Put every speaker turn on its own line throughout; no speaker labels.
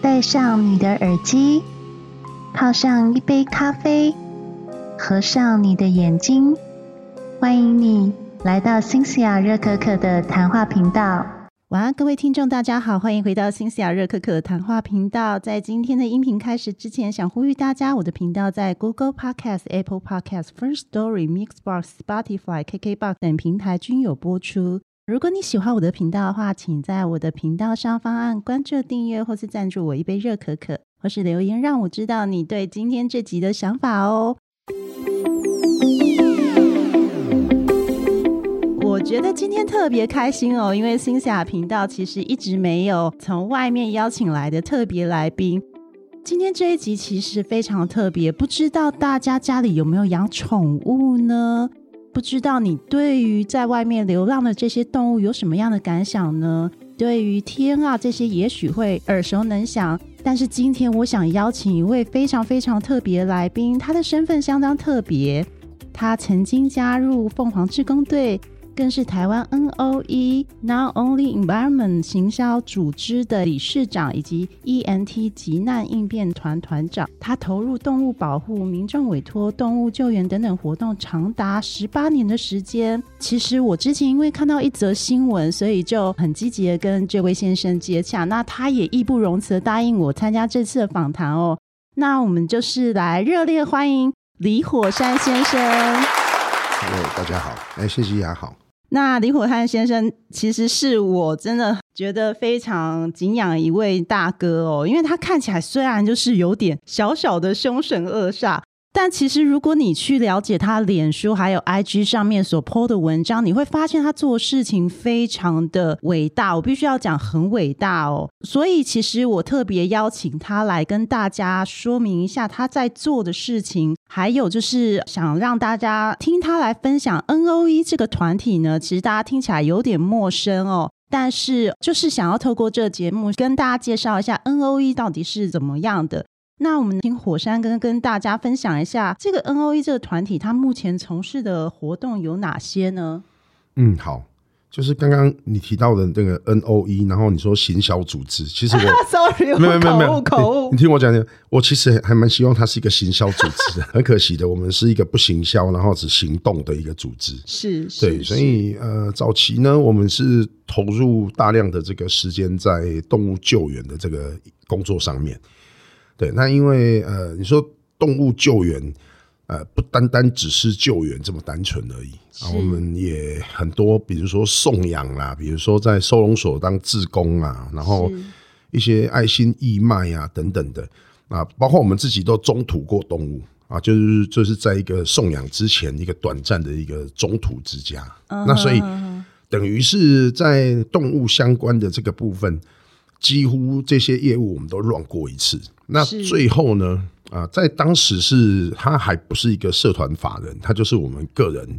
戴上你的耳机，泡上一杯咖啡，合上你的眼睛。欢迎你来到新西亚热可可的谈话频道。
晚安，各位听众，大家好，欢迎回到新西亚热可可谈话频道。在今天的音频开始之前，想呼吁大家，我的频道在 Google Podcast、Apple Podcast、First Story、Mixbox、Spotify、KKBox 等平台均有播出。如果你喜欢我的频道的话，请在我的频道上方按关注、订阅，或是赞助我一杯热可可，或是留言让我知道你对今天这集的想法哦。我觉得今天特别开心哦，因为星霞频道其实一直没有从外面邀请来的特别来宾。今天这一集其实非常特别，不知道大家家里有没有养宠物呢？不知道你对于在外面流浪的这些动物有什么样的感想呢？对于天啊这些也许会耳熟能详，但是今天我想邀请一位非常非常特别的来宾，他的身份相当特别，他曾经加入凤凰志工队，更是台湾 NOE Not Only Environment 行销组织的理事长，以及 ENT 急难应变团团长。他投入动物保护、民众委托、动物救援等等活动长达十八年的时间。其实我之前因为看到一则新闻，所以就很积极的跟这位先生接洽。那他也义不容辞的答应我参加这次的访谈哦。那我们就是来热烈欢迎李火山先生。
Hello，大家好，哎，谢谢雅好，
那李火汉先生其实是我真的觉得非常敬仰一位大哥哦，因为他看起来虽然就是有点小小的凶神恶煞，但其实如果你去了解他脸书还有 IG 上面所 PO 的文章，你会发现他做事情非常的伟大，我必须要讲很伟大哦。所以其实我特别邀请他来跟大家说明一下他在做的事情，还有就是想让大家听他来分享 NOE 这个团体呢，其实大家听起来有点陌生哦。但是，就是想要透过这个节目跟大家介绍一下 NOE 到底是怎么样的，那我们请火山跟跟大家分享一下这个 NOE 这个团体，它目前从事的活动有哪些呢？
嗯，好，就是刚刚你提到的这个 NOE，然后你说行销组织，其 实我
Sorry，我
没有没有没
口
有
误口
你
误
你。听我讲讲，我其实还蛮希望它是一个行销组织的，很可惜的，我们是一个不行销，然后只行动的一个组织。
是，是
对，所
是
以呃，早期呢，我们是投入大量的这个时间在动物救援的这个工作上面。对，那因为呃，你说动物救援，呃，不单单只是救援这么单纯而已啊，
是
我们也很多，比如说送养啦，比如说在收容所当志工啊，然后
是
一些爱心义卖啊等等的啊，包括我们自己都中途过动物啊，就是就是在一个送养之前一个短暂的一个中途之家。
嗯
那所以等于是在动物相关的这个部分，几乎这些业务我们都乱过一次。那
是
最后呢，啊、在当时是它还不是一个社团法人，它就是我们个人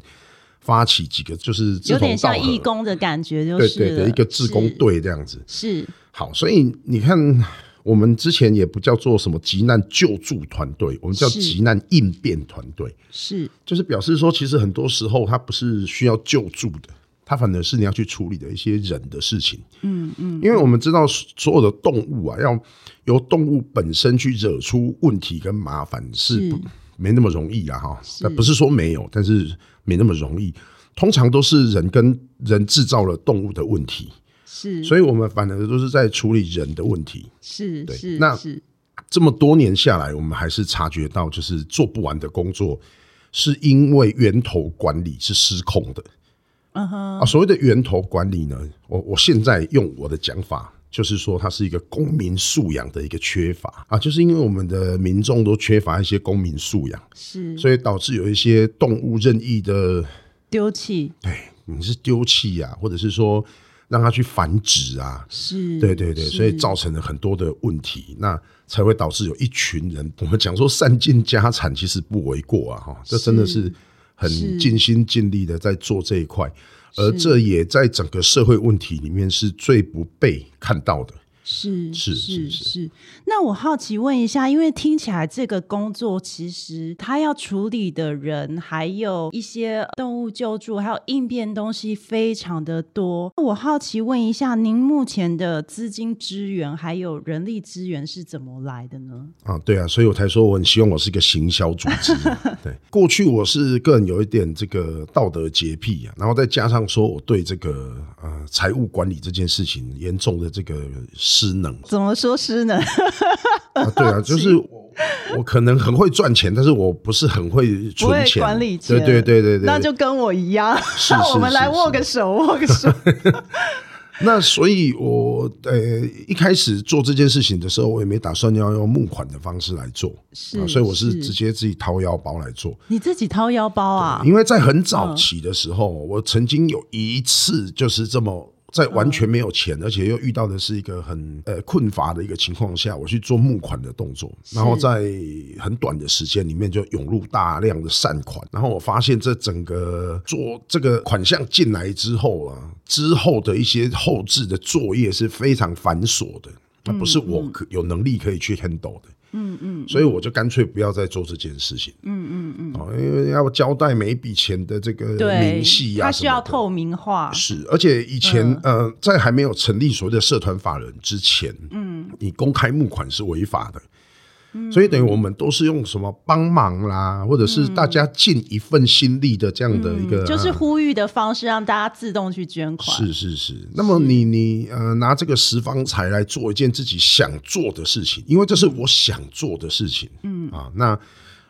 发起几个就是志
有
同
点
道
像
合，
义工的感觉，就
对
是
对的
了
一个志工，队这样子。
是是
好，所以你看，我们之前也不叫做什么急难救助团队，我们叫
是
急难应变团队，
是
就是表示说，其实很多时候它不是需要救助的，它反而是你要去处理的一些人的事情。
嗯嗯，
因为我们知道所有的动物啊，要由动物本身去惹出问题跟麻烦是
是
不没那么容易啊，哈，那不是说没有，但是没那么容易。通常都是人跟人制造了动物的问题，
是，
所
以
以我们反而都是在处理人的问题。
是
对
是
那
是
这么多年下来，我们还是察觉到，就是做不完的工作，是因为源头管理是失控的。
嗯哼
啊，所谓的源头管理呢，我我现在用我的讲法，就是说它是一个公民素养的一个缺乏啊，就是因为我们的民众都缺乏一些公民素养，
是
所以导致有一些动物任意的，
丢弃
你是丢弃啊，或者是说让它去繁殖啊，
是，
对对对，
嗯是
所以造成了很多的问题，那才会导致有一群人，我们讲说散尽家产，其实不为过啊，哈，这真的是很
是
尽心尽力的在做这一块，而这也在整个社会问题里面是最不被看到的，
是
是
是
是是
是。那我好奇问一下，因为听起来这个工作其实他要处理的人，还有一些动物救助，还有应变东西非常的多。我好奇问一下，您目前的资金支援还有人力资源是怎么来的呢？
啊，对啊，所以我才说我很希望我是一个行销组 织啊。对，过去我是个人有一点这个道德洁癖啊，然后再加上说我对这个呃财务管理这件事情严重的这个失能
怎么说是呢？
啊，对 啊，就是我我可能很会赚钱，但是我不是很会
不会
存钱，
管理钱，
对对对对对，
那就跟我一样。
是 是
我们来
是啊
握个手，握个 手。
那所以我，呃一开始做这件事情的时候，我也没打算要用募款的方式来做，
是
啊所以我是
是
直接自己掏腰包来做。
你自己掏腰包啊？
因为在很早期的时候，我曾经有一次就是这么。在完全没有钱，而且又遇到的是一个很呃困乏的一个情况下，我去做募款的动作，然后在很短的时间里面就涌入大量的善款，然后我发现这整个做这个款项进来之后啊，之后的一些后置的作业是非常繁琐的，那不是我可有能力可以去 handle 的。所以我就干脆不要再做这件事情。嗯嗯嗯，哦，因为要交代每一笔钱的这个
对
明细，呀、
它
啊，
需要。透嗯明化。
是，而且以前、呃，在还没有成立所谓的社团法人之前，嗯，你公开募款是违法的。
嗯
所以等于我们都是用什么帮忙啦，或者是大家尽一份心力的这样的一个，
嗯就是
啊
呼吁的方式，让大家自动去捐款。
是是是，那么你你呃拿这个十方财来做一件自己想做的事情，因为这是我想做的事情，嗯啊，那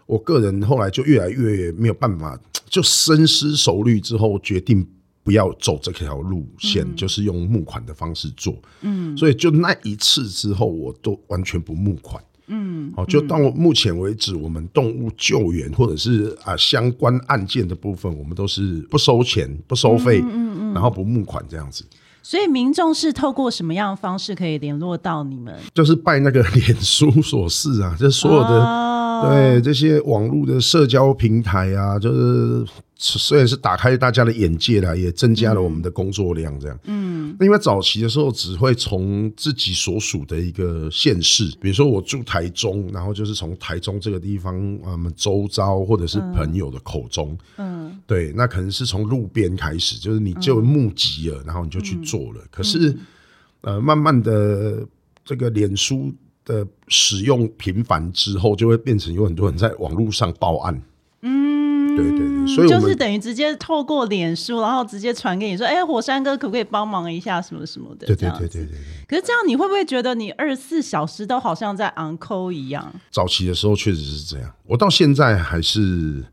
我个人后来就越来越没有办法，就深思熟虑之后决定。不要走这条路线，就是用募款的方式做。嗯，所以就那一次之后，我都完全不募款。嗯，哦，就到目前为止，我们动物救援或者是啊、相关案件的部分，我们都是不收钱、不收费，然后不募款这样子，
所以民众是透过什么样的方式可以联络到你们？
就是拜那个 脸书所示啊，就是所有的、
哦
对这些网络的社交平台啊，就是虽然是打开大家的眼界啦，也增加了我们的工作量这样。嗯，因为早期的时候只会从自己所属的一个县市，比如说我住台中，然后就是从台中这个地方，啊我、们周遭或者是朋友的口中，
嗯，
对，那可能是从路边开始，就是你就募集了，然后你就去做
嗯
了。可是，呃，慢慢的这个脸书的使用频繁之后，就会变成有很多人在网络上报案。嗯，对对对，所以我
就是
们。
等于直接透过脸书，然后直接传给你说：“哎、火山哥，可不可以帮忙一下什么什么的？”
对对
这样
对
子
对对，对
可是这样，你会不会觉得你二十四小时都好像在 on call 一样？
早期的时候确实是这样。我到现在还是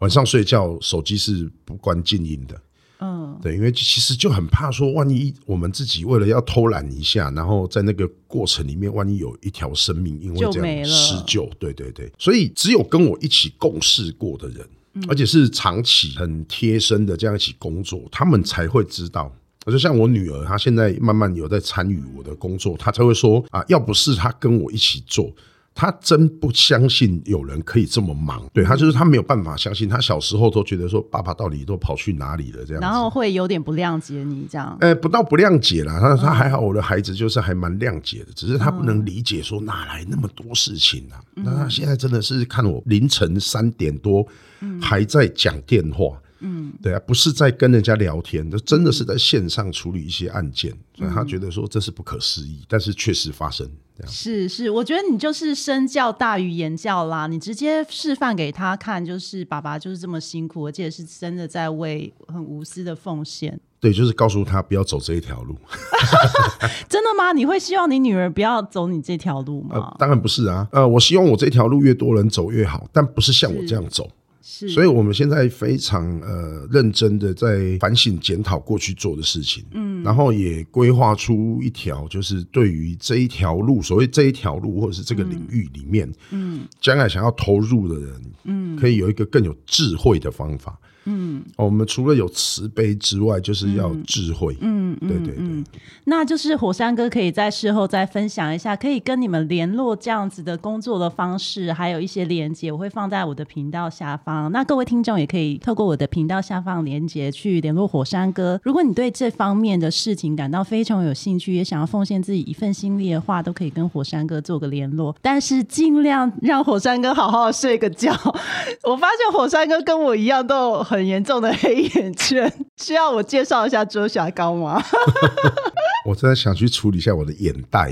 晚上睡觉，手机是不关静音的。
嗯，
对，因为其实就很怕说，万一我们自己为了要偷懒一下，然后在那个过程里面，万一有一条生命因为
就
这
没
样
了
施救，对对对，所以只有跟我一起共事过的人，而且是长期很贴身的这样一起工作，他们才会知道。就像我女儿，她现在慢慢有在参与我的工作，她才会说啊，要不是她跟我一起做，他真不相信有人可以这么忙，对他就是他没有办法相信，他小时候都觉得说爸爸到底都跑去哪里了这样子。
然后会有点不谅解你这样。
呃，不到不谅解啦，他他还好，我的孩子就是还蛮谅解的，只是他不能理解说哪来那么多事情啊。那他现在真的是看我凌晨三点多还在讲电话，嗯，对啊，不是在跟人家聊天，这真的是在线上处理一些案件，所以他觉得说这是不可思议，但是确实发生这样。
是是，我觉得你就是身教大于言教啦，你直接示范给他看，就是爸爸就是这么辛苦，而且是真的在为很无私的奉献。
对，就是告诉他不要走这一条路。
真的吗？你会希望你女儿不要走你这条路吗？
呃，当然不是啊。呃，我希望我这条路越多人走越好，但不是像我这样走。
是，
所以我们现在非常呃认真的在反省检讨过去做的事情，嗯，然后也规划出一条就是对于这一条路，所谓这一条路或者是这个领域里
嗯
面，嗯，将来想要投入的人，嗯，可以有一个更有智慧的方法。嗯、哦，我们除了有慈悲之外，就是要有智慧。
嗯，嗯
对对对，
嗯那就是火山哥可以在事后再分享一下，可以跟你们联络这样子的工作的方式，还有一些连接，我会放在我的频道下方。那各位听众也可以透过我的频道下方连接去联络火山哥。如果你对这方面的事情感到非常有兴趣，也想要奉献自己一份心力的话，都可以跟火山哥做个联络，但是尽量让火山哥好好睡个觉。我发现火山哥跟我一样都有很严重的黑眼圈，需要我介绍一下遮瑕膏吗？
我真的想去处理一下我的眼袋。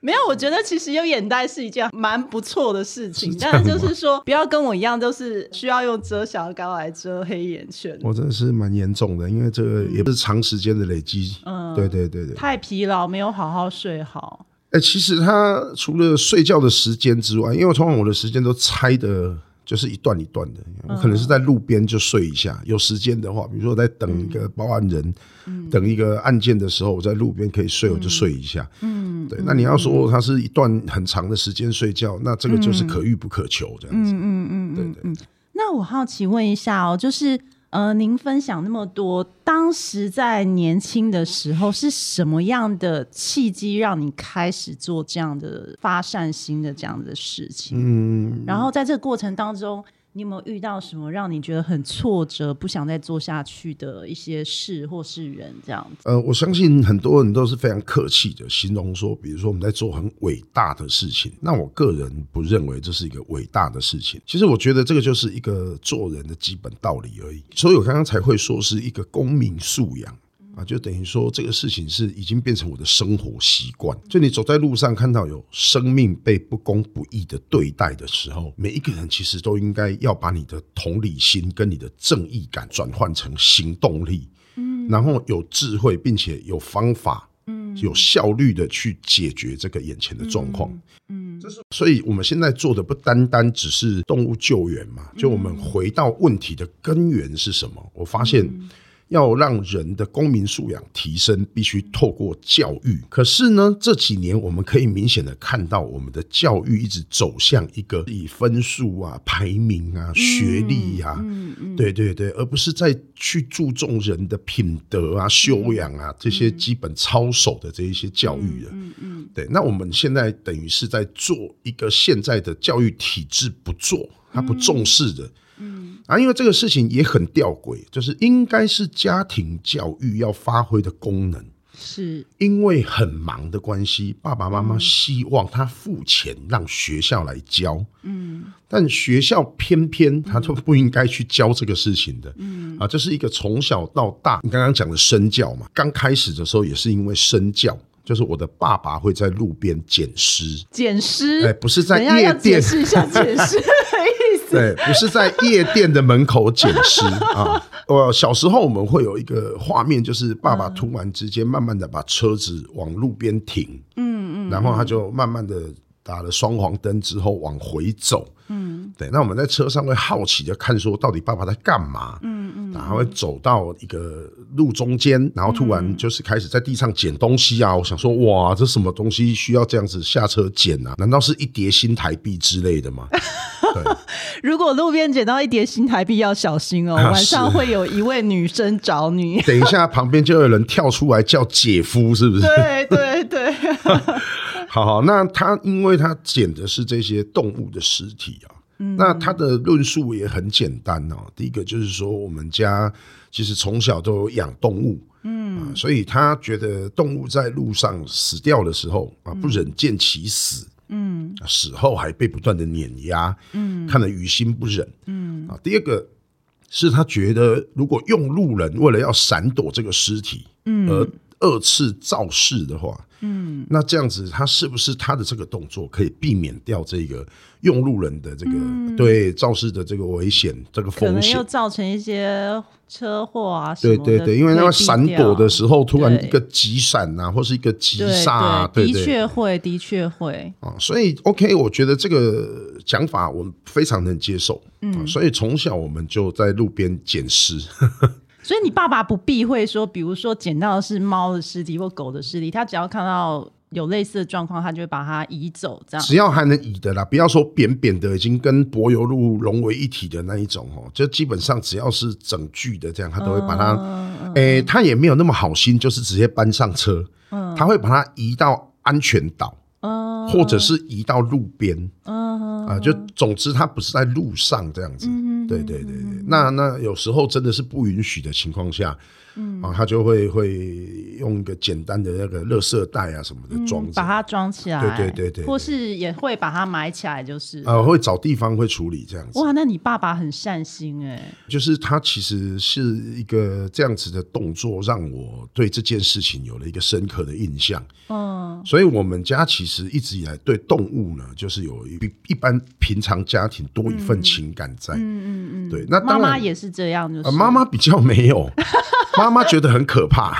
没有，我觉得其实有眼袋是一件蛮不错的事情，但是就是说，不要跟我一样，就是需要用遮瑕膏来遮黑眼圈。
我真的是蛮严重的，因为这个也不是长时间的累积。
嗯
对对对对。
太疲劳，没有好好睡好。
哎、其实它除了睡觉的时间之外，因为我通常我的时间都拆的，就是一段一段的。我可能是在路边就睡一下，有时间的话，比如说我在等一个报案人，等一个案件的时候，我在路边可以睡，我就睡一下。嗯，嗯对。那你要说它是一段很长的时间睡觉，那这个就是可遇不可求这样子。
嗯嗯
对对。
那我好奇问一下哦，就是呃，您分享那么多，当时在年轻的时候是什么样的契机让你开始做这样的发善心的这样的事情？
嗯，
然后在这个过程当中，你有没有遇到什么让你觉得很挫折、不想再做下去的一些事或是人这样子？
呃，我相信很多人都是非常客气的形容说，比如说我们在做很伟大的事情，那我个人不认为这是一个伟大的事情。其实我觉得这个就是一个做人的基本道理而已。所以我刚刚才会说是一个公民素养。啊，就等于说这个事情是已经变成我的生活习惯。就你走在路上看到有生命被不公不义的对待的时候，每一个人其实都应该要把你的同理心跟你的正义感转换成行动力，嗯，然后有智慧并且有方法，嗯，有效率的去解决这个眼前的状况。嗯所以我们现在做的不单单只是动物救援嘛，就我们回到问题的根源是什么？我发现。要让人的公民素养提升，必须透过教育。可是呢，这几年我们可以明显的看到，我们的教育一直走向一个以分数啊、排名啊、学历啊，对对对，而不是再去注重人的品德啊、修养啊这些基本操守的这一些教育了。对，那我们现在等于是在做一个现在的教育体制不做，他不重视的。嗯，啊，因为这个事情也很吊诡，就是应该是家庭教育要发挥的功能，
是，
因为很忙的关系，爸爸妈妈希望他付钱让学校来教，嗯，但学校偏偏他都不应该去教这个事情的，嗯，啊，这是一个从小到大，你刚刚讲的身教嘛，刚开始的时候也是因为身教，就是我的爸爸会在路边捡尸，
捡尸，
哎不是在
等一下
夜
要解
店
释一下捡尸的意思。
对，不是在夜店的门口捡 尸啊。我小时候我们会有一个画面，就是爸爸突然之间慢慢的把车子往路边停，嗯嗯，然后他就慢慢的打了双黄灯之后往回走，嗯，对。那我们在车上会好奇的看说，到底爸爸在干嘛？嗯嗯，然后会走到一个路中间，然后突然就是开始在地上捡东西啊。我想说，哇，这什么东西需要这样子下车捡啊？难道是一叠新台币之类的吗？
如果路边捡到一叠新台币，要小心哦，
啊
晚上
是
会有一位女生找你
。等一下，旁边就有人跳出来叫姐夫，是不 是？
对对 对，
好好，那他因为他捡的是这些动物的尸体啊，那他的论述也很简单哦。第一个就是说，我们家其实从小都有养动物，嗯、所以他觉得动物在路上死掉的时候啊，不忍见其死。嗯，死后还被不断的碾压，嗯，看得于心不忍，嗯啊。第二个是他觉得，如果用路人为了要闪躲这个尸体，嗯，而二次肇事的话，那这样子，他是不是他的这个动作可以避免掉这个用路人的这个、对肇事的这个危险、这个
可
风
能
险
又？造成一些车祸啊什么
对
的
对对，因为那个闪躲的时候，突然
对
一个急闪啊，或是一个急
对
刹、啊，
对
对
的
对
确会，的确会，
啊，所以 OK，我觉得这个讲法我们非常能接受。嗯、啊，所以从小我们就在路边捡尸，
所以你爸爸不避讳说，比如说捡到的是猫的尸体或狗的尸体，他只要看到有类似的状况，他就会把它移走，这样
只要还能移的啦，不要说扁扁的，已经跟柏油路融为一体的那一种哦，就基本上只要是整具的这样，他都会把它，
嗯
诶、他也没有那么好心，就是直接搬上车，他会把它移到安全岛，
嗯
或者是移到路边
嗯嗯
啊、就总之他不是在路上这样子。对对对对，那那有时候真的是不允许的情况下，
嗯
啊，他就会会用一个简单的那个垃圾袋啊什么的装着
把。它装起来，
对对对对
或是也会把它埋起来，就是。
呃，会找地方会处理这样子。
哇，那你爸爸很善心哎、
就是他其实是一个这样子的动作，让我对这件事情有了一个深刻的印象。
嗯
所以，我们家其实一直以来对动物呢，就是有一比一般平常家庭多一份情感在。
嗯嗯嗯，
对那
妈
啊当然
妈也是这样，就是
呃，妈妈比较没 有，妈妈觉得很可怕。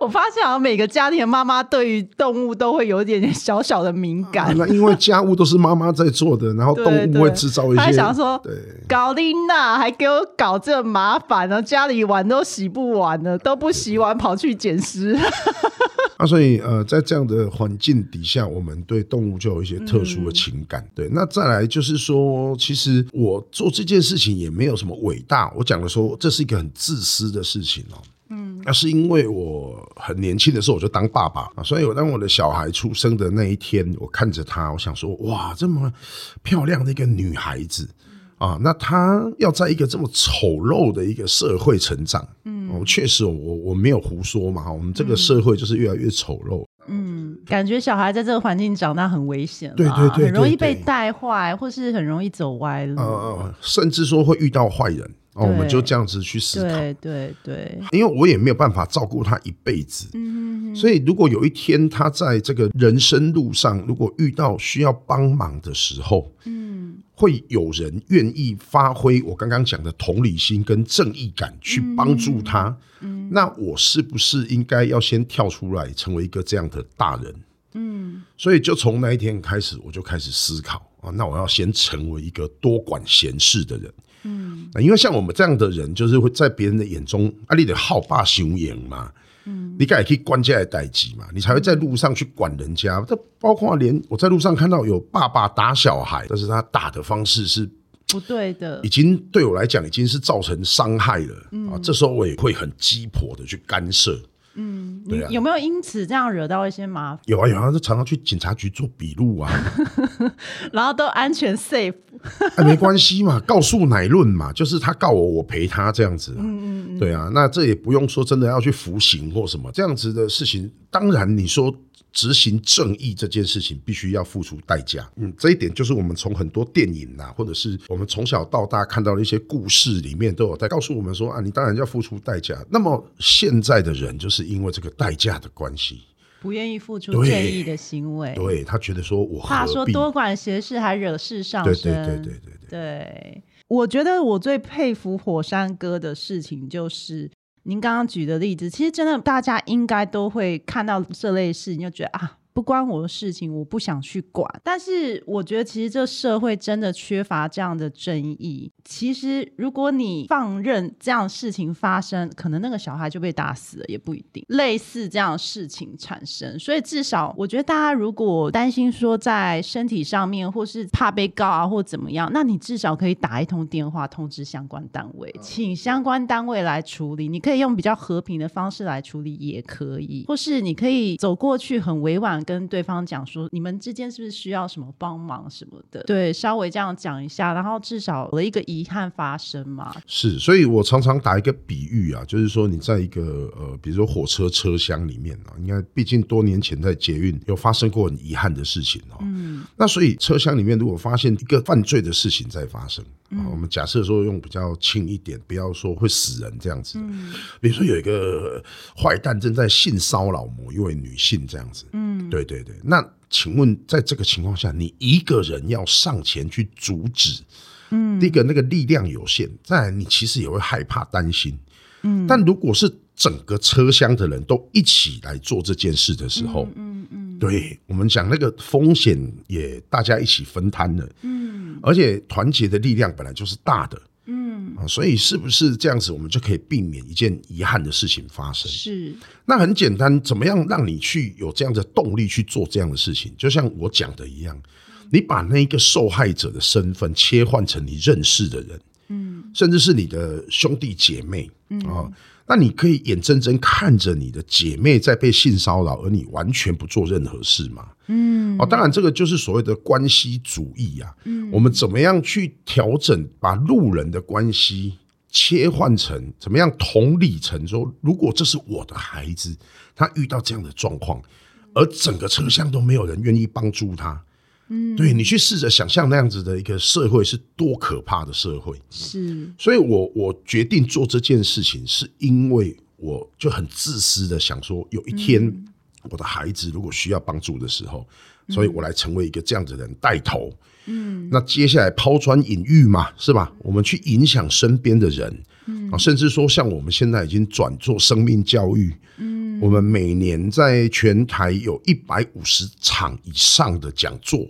我发现好像每个家庭的妈妈对于动物都会有一点点小小的敏感。
那因为家务都是妈妈在做的，然后
对
嗯动物会制造
对
一
她
些。
想说
对，
搞琳娜还给我搞这麻烦然后家里碗都洗不完了，都不洗完跑去捡尸。
啊，所以呃，在这样的环境底下，我们对动物就有一些特殊的情感。对，那再来就是说，其实我做这件事情也没有什么伟大，我讲的说这是一个很自私的事情哦。嗯，那是因为我很年轻的时候我就当爸爸啊，所以我当我的小孩出生的那一天，我看着她，我想说，哇，这么漂亮的一个女孩子，啊，那他要在一个这么丑陋的一个社会成长，嗯，哦、确实我我我没有胡说嘛，哈我们这个社会就是越来越丑陋，
嗯， 感觉小孩在这个环境长大很危险啦，
对对对
很容易
对
被
对
带坏，或是很容易走歪路。
呃，甚至说会遇到坏人，哦，
对
我们就这样子去思考，
对对对，
因为我也没有办法照顾他一辈子，
嗯，
所以如果有一天他在这个人生路上，如果遇到需要帮忙的时候，
嗯，
会有人愿意发挥我刚刚讲的同理心跟正义感去
嗯
帮助他，那我是不是应该要先跳出来，成为一个这样的大人？嗯，所以就从那一天开始，我就开始思考啊，那我要先成为一个多管闲事的人。嗯，因为像我们这样的人，就是会在别人的眼中，啊，你得好霸雄言嘛。你敢可以关家的代际嘛，你才会在路上去管人家。这包括连我在路上看到有爸爸打小孩，但是他打的方式是
不对的
已，经对我来讲已经是造成伤害了、啊。这时候我也会很鸡婆的去干涉。
你
对啊
有没有因此这样惹到一些麻烦，
有啊有啊，就常常去警察局做笔录啊，
然后都安全 safe？
哎，没关系嘛， 告诉乃论嘛，就是他告我，我赔他这样子、啊。嗯嗯对啊，那这也不用说真的要去服刑或什么这样子的事情。当然，你说执行正义这件事情，必须要付出代价。嗯，这一点就是我们从很多电影啊，或者是我们从小到大看到的一些故事里面，都有在告诉我们说啊，你当然要付出代价。那么现在的人就是因为这个代价的关系，
不愿意付出
对
正义的行为，
对他觉得说我
怕说
何必？
多管闲事还惹事上
对对
身。
对对对对。
对，我觉得我最佩服火山哥的事情就是。您刚刚举的例子，其实真的大家应该都会看到这类事情，就觉得啊，不关我的事情，我不想去管。但是我觉得，其实这社会真的缺乏这样的正义。其实，如果你放任这样的事情发生，可能那个小孩就被打死了，也不一定。类似这样的事情产生，所以至少我觉得大家如果担心说在身体上面，或是怕被告啊，或怎么样，那你至少可以打一通电话通知相关单位，请相关单位来处理。你可以用比较和平的方式来处理，也可以，或是你可以走过去很委婉跟对方讲说，你们之间是不是需要什么帮忙什么的？对，稍微这样讲一下，然后至少有了一个遗憾发生嘛。
是，所以我常常打一个比喻啊，就是说你在一个呃，比如说火车车厢里面啊，你看，毕竟多年前在捷运有发生过很遗憾的事情哦。嗯，那所以车厢里面如果发现一个犯罪的事情在发生，啊，我们假设说用比较轻一点，不要说会死人这样子的，比如说有一个坏蛋正在性骚扰某一位女性这样子，嗯，对对对，那。请问，在这个情况下，你一个人要上前去阻止，第一个那个力量有限，再来你其实也会害怕担心。嗯，但如果是整个车厢的人都一起来做这件事的时候，嗯嗯，对我们讲那个风险也大家一起分摊了，嗯，而且团结的力量本来就是大的，嗯啊，所以是不是这样子，我们就可以避免一件遗憾的事情发生？
是
那很简单，怎么样让你去有这样的动力去做这样的事情？就像我讲的一样，你把那一个受害者的身份切换成你认识的人，嗯，甚至是你的兄弟姐妹，嗯啊、那你可以眼睁睁看着你的姐妹在被性骚扰，而你完全不做任何事吗？嗯，哦，当然这个就是所谓的关系主义啊，嗯，我们怎么样去调整，把路人的关系切换成怎么样同理成说，如果这是我的孩子，他遇到这样的状况，而整个车厢都没有人愿意帮助他，嗯，对你去试着想象那样子的一个社会是多可怕的社会，
是，
所以我我决定做这件事情，是因为我就很自私的想说，有一天我的孩子如果需要帮助的时候，所以我来成为一个这样子的人带头。嗯，那接下来抛砖引玉嘛，是吧？我们去影响身边的人，啊，甚至说像我们现在已经转做生命教育，嗯，我们每年在全台有一百五十场以上的讲座，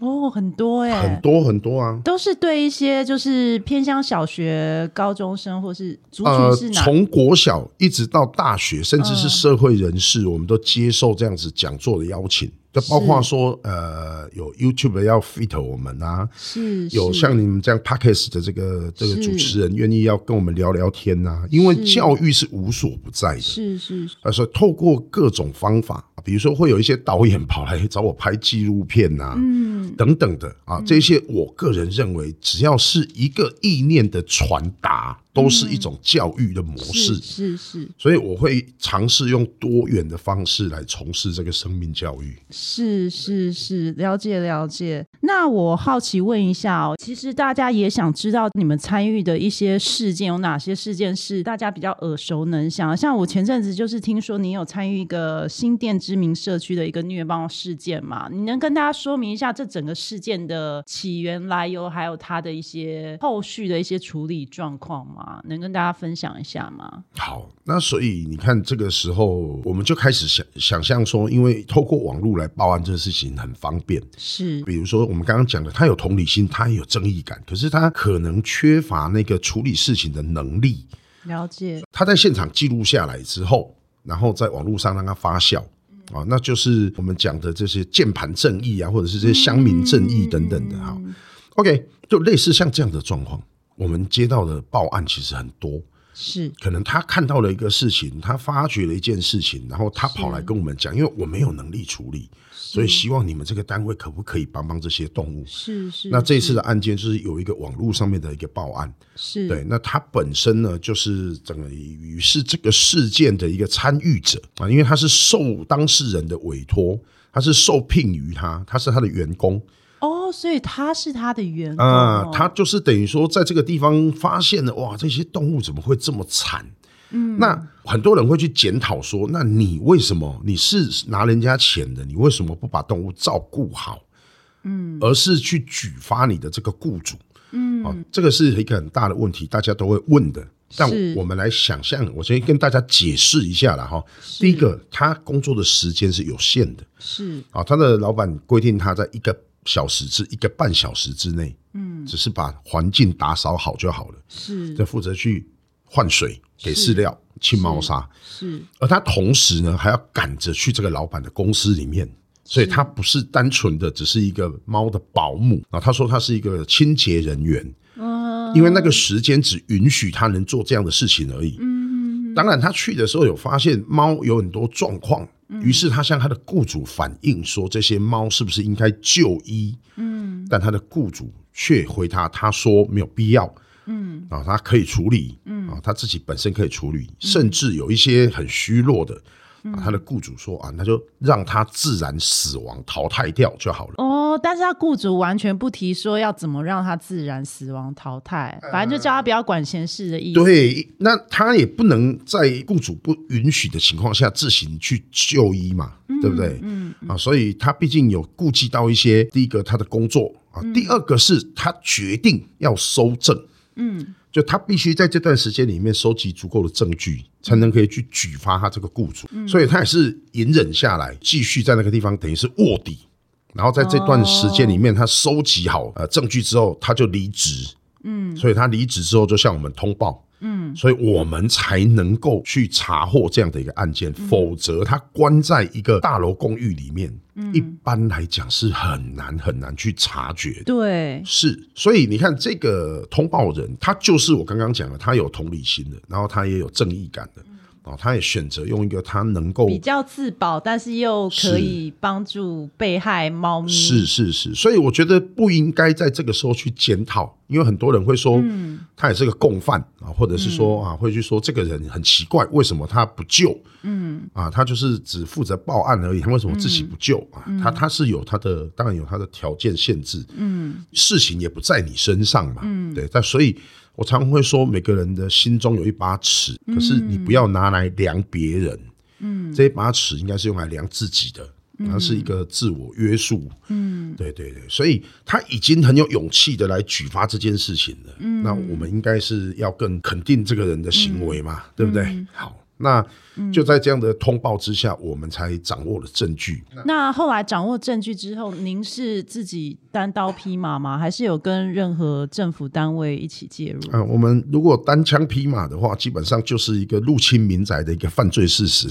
哦，很多哎、
很多很多啊，
都是对一些就是偏向小学、高中生或是族
呃
群是，哪？嗯
从国小一直到大学，甚至是社会人士，我们都接受这样子讲座的邀请，就包括说呃，有 YouTube 要 fit 我们啊，
是
有
是
像你们这样 Podcast 的这个这个
是
主持人愿意要跟我们聊聊天呐、因为
是
教育是无所不在的。
是是
呃，所以透过各种方法，啊比如说会有一些导演跑来找我拍纪录片呐、嗯，等等的啊，这些我个人认为，只要是一个意念的传达，都是一种教育的模式。
是是是
所以我会尝试用多元的方式来从事这个生命教育。
是是是，了解了解。那我好奇问一下哦，其实大家也想知道你们参与的一些事件有哪些事件是大家比较耳熟能详？像我前阵子就是听说你有参与一个新店知名社区的一个虐猫事件嘛，你能跟大家说明一下这整个事件的起源来由，还有它的一些后续的一些处理状况吗？能跟大家分享一下吗？
好，那所以你看，这个时候我们就开始想想象说，因为透过网络来报案这个事情很方便，
是
比如说我们刚刚讲的，他有同理心，他也有正义感，可是他可能缺乏那个处理事情的能力。
了解，
他在现场记录下来之后，然后在网络上让它发酵。啊，那就是我们讲的这些键盘正义啊，或者是这些乡民正义啊等等的哈。好 OK，就类似像这样的状况，我们接到的报案其实很多，
是
可能他看到了一个事情，他发觉了一件事情，然后他跑来跟我们讲，因为我没有能力处理，所以希望你们这个单位可不可以帮帮这些动物？
是是。
嗯那这次的案件就是有一个网络上面的一个报案，
是
对，那他本身呢，就是整个于是这个事件的一个参与者啊，因为他是受当事人的委托，他是受聘于他，他是他的员工
哦，所以他是他的员工、
啊、
哦
他就是等于说在这个地方发现了哇，这些动物怎么会这么惨？嗯，那很多人会去检讨说，那你为什么你是拿人家钱的，你为什么不把动物照顾好？嗯，而是去举发你的这个雇主。嗯，哦，这个是一个很大的问题，大家都会问的。但
是
我们来想象，我先跟大家解释一下了哈。第一个，他工作的时间是有限的，
是
啊，他的老板规定他在一个小时至一个半小时之内，嗯，只是把环境打扫好就好了，
是
再负责去换水、给饲料、清猫砂，
是
而他同时呢还要赶着去这个老板的公司里面。所以他不是单纯的只是一个猫的保姆啊，他说他是一个清洁人员，因为那个时间只允许他能做这样的事情而已。当然他去的时候有发现猫有很多状况，于是他向他的雇主反映说这些猫是不是应该就医？嗯，但他的雇主却回他，他说没有必要。嗯，啊，他可以处理，嗯，啊，他自己本身可以处理，甚至有一些很虚弱的。啊，他的雇主说啊，那就让他自然死亡淘汰掉就好了。
哦，但是他雇主完全不提说要怎么让他自然死亡淘汰，反正就叫他不要管闲事的意思。
对，那他也不能在雇主不允许的情况下自行去就医嘛，对不对？嗯啊，所以他毕竟有顾及到一些，第一个他的工作啊，第二个是他决定要收证，嗯，就他必须在这段时间里面收集足够的证据，才能可以去举发他这个雇主，所以他也是隐忍下来，继续在那个地方等于是卧底。然后在这段时间里面，他收集好呃证据之后，他就离职。
嗯
所以他离职之后就向我们通报，
嗯
所以我们才能够去查获这样的一个案件，
嗯
否则他关在一个大楼公寓里面，
嗯
一般来讲是很难很难去察觉的。
对，
是，所以你看这个通报人，他就是我刚刚讲的，他有同理心的，然后他也有正义感的，
嗯
哦，他也选择用一个他能够
比较自保，但是又可
是
以帮助被害猫咪。
是是是，所以我觉得不应该在这个时候去检讨，因为很多人会说，他也是个共犯啊，或者是说啊，会去说这个人很奇怪，为什么他不救？嗯，啊，他就是只负责报案而已，他为什么自己不救啊？他他是有他的，当然有他的条件限制，嗯，事情也不在你身上嘛，嗯，对，但所以。我常常会说，每个人的心中有一把尺，可是你不要拿来量别人。这一把尺应该是用来量自己的，它是一个自我约束。嗯，对对对，所以他已经很有勇气的来举发这件事情了。嗯，那我们应该是要更肯定这个人的行为嘛，对不对？好，那就在这样的通报之下，我们才掌握了证据。
那后来掌握证据之后，您是自己单刀匹马吗？还是有跟任何政府单位一起介入？
啊、我们如果单枪匹马的话，基本上就是一个入侵民宅的一个犯罪事实。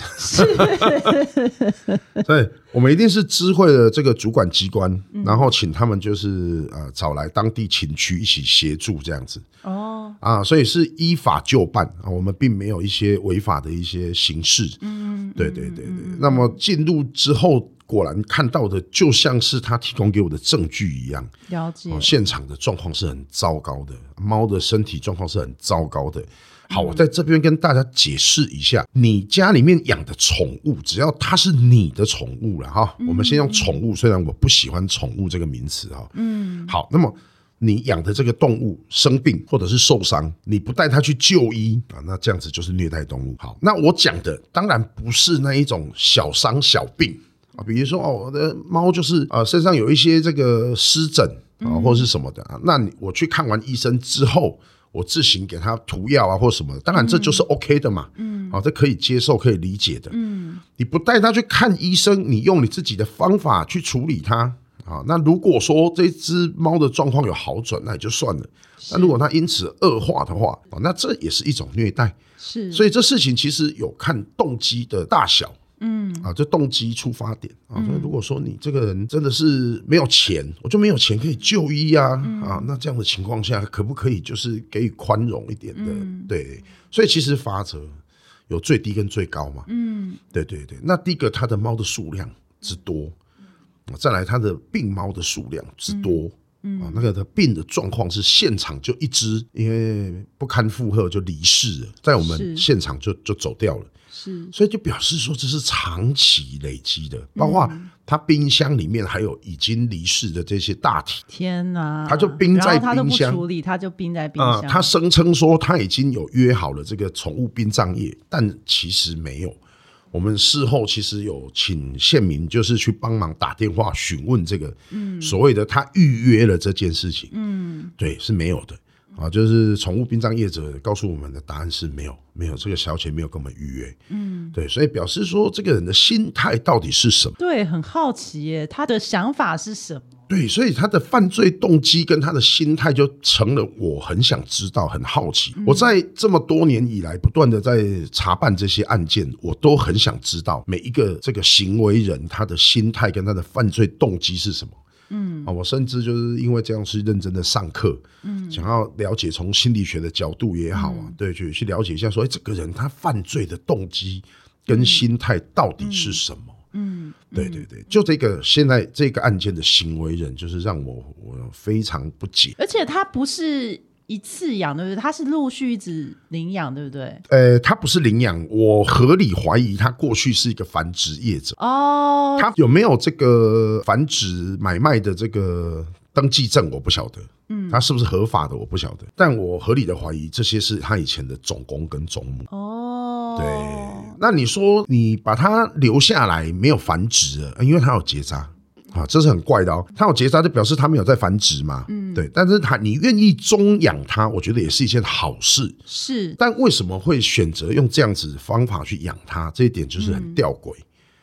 对，我们一定是知会了这个主管机关，
嗯
然后请他们就是呃找来当地情区一起协助这样子
哦，
啊，所以是依法就办啊，我们并没有一些违法的一些形式。
嗯，
对对对对。那么进入之后，果然看到的就像是他提供给我的证据一样。
了解
哦，。现场的状况是很糟糕的，猫的身体状况是很糟糕的。好，我在这边跟大家解释一下，你家里面养的宠物，只要它是你的宠物了哈，我们先用宠物，虽然我不喜欢宠物这个名词哈。嗯，好，那么。你养的这个动物生病或者是受伤，你不带它去就医啊，那这样子就是虐待动物。好，那我讲的当然不是那一种小伤小病，啊，比如说哦，我的猫就是啊、呃身上有一些这个湿疹啊、或者是什么的啊，那你我去看完医生之后，我自行给它涂药啊或什么的，当然这就是 OK 的嘛，嗯，啊，这可以接受可以理解的，嗯，你不带它去看医生，你用你自己的方法去处理它。啊，那如果说这只猫的状况有好转，那也就算了。那如果它因此恶化的话，啊，那这也是一种虐待。
是，
所以这事情其实有看动机的大小，嗯，啊，这动机出发点啊。所以如果说你这个人真的是没有钱，我就没有钱可以就医啊，
嗯
啊，那这样的情况下，可不可以就是给予宽容一点的？
嗯
对，所以其实法则有最低跟最高嘛，
嗯，
对对对。那第一个，它的猫的数量之多，啊再来它的病猫的数量之多。啊，那个的病的状况是现场就一只，因为不堪负荷就离世了，在我
是
们现场就就走掉了，
是
所以就表示说这是长期累积的，包括它冰箱里面还有已经离世的这些大体。
天哪！
它就冰在
然后它都不
冰箱
处理，它就冰在冰
啊、
箱。
他声称说他已经有约好了这个宠物殡葬业，但其实没有。我们事后其实有请县民，就是去帮忙打电话询问这个，所谓的他预约了这件事情，嗯，对，是没有的啊。就是宠物殡葬业者告诉我们的答案是没有，没有这个小姐没有跟我们预约，嗯，对，所以表示说这个人的心态到底是什么？
对，很好奇耶，他的想法是什么？
对，所以他的犯罪动机跟他的心态就成了我很想知道、很好奇。我在这么多年以来不断的在查办这些案件，我都很想知道每一个这个行为人他的心态跟他的犯罪动机是什么。嗯啊，我甚至就是因为这样去认真的上课，嗯，想要了解从心理学的角度也好啊，对，去去了解一下说，哎，这个人他犯罪的动机跟心态到底是什么？对对对，就这个现在这个案件的行为人，就是让我我非常不解。
而且它不是一次养，对不对？它是陆续一直领养，对不对？
呃，他不是领养，我合理怀疑他过去是一个繁殖业者，
哦，
他有没有这个繁殖买卖的这个登记证，我不晓得。嗯，他是不是合法的，我不晓得。但我合理的怀疑，这些是他以前的总公跟总母。
哦，
对，那你说你把它留下来没有繁殖了，因为它有结扎啊，这是很怪的哦。它有结扎就表示它没有在繁殖嘛，嗯，对。但是它你愿意中养它，我觉得也是一件好事。
是
但为什么会选择用这样子的方法去养它？这一点就是
嗯
很吊诡。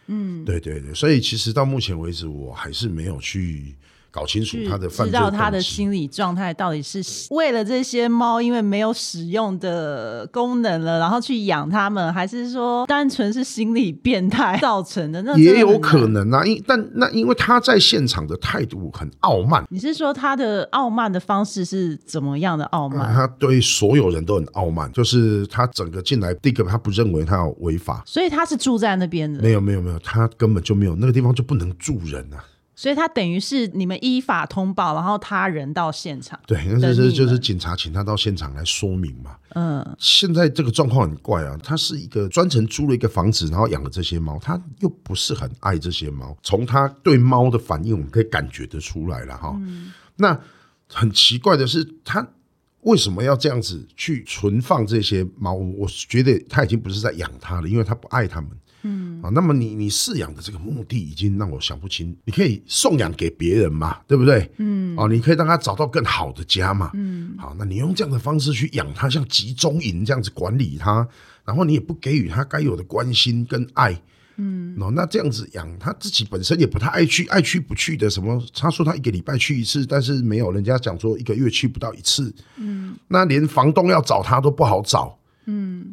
嗯，对对对，所以其实到目前为止，我还是没有去搞清楚
去
它的犯
知
罪
道他的
动机
心理状态到底是为了这些猫，因为没有使用的功能了，然后去养它们，还是说单纯是心理变态造成的？那真
也
的很
有可
难。
能啊，因但那因为他在现场的态度很傲慢，
你是说他的傲慢的方式是怎么样的傲慢？
啊嗯他对所有人都很傲慢，就是他整个进来，第一个他不认为他有违法，
所以他是住在那边的，
没有没有没有，他根本就没有那个地方就不能住人啊，
所以他等于是你们依法通报，然后他人到现场。
对，那就是
等你们
就是警察请他到现场来说明嘛。
嗯，
现在这个状况很怪啊，他是一个专程租了一个房子，然后养了这些猫，他又不是很爱这些猫。从他对猫的反应，我们可以感觉得出来了哈。那很奇怪的是，他为什么要这样子去存放这些猫？我觉得他已经不是在养它了，因为他不爱它们。嗯啊，那么你你饲养的这个目的已经让我想不清，你可以送养给别人嘛，对不对？嗯，哦，你可以让它找到更好的家嘛。嗯，好，那你用这样的方式去养它，像集中营这样子管理它，然后你也不给予它该有的关心跟爱。嗯，哦，那这样子养它自己本身也不太爱去，爱去不去的什么？他说他一个礼拜去一次，但是没有人家讲说一个月去不到一次。嗯，那连房东要找他都不好找。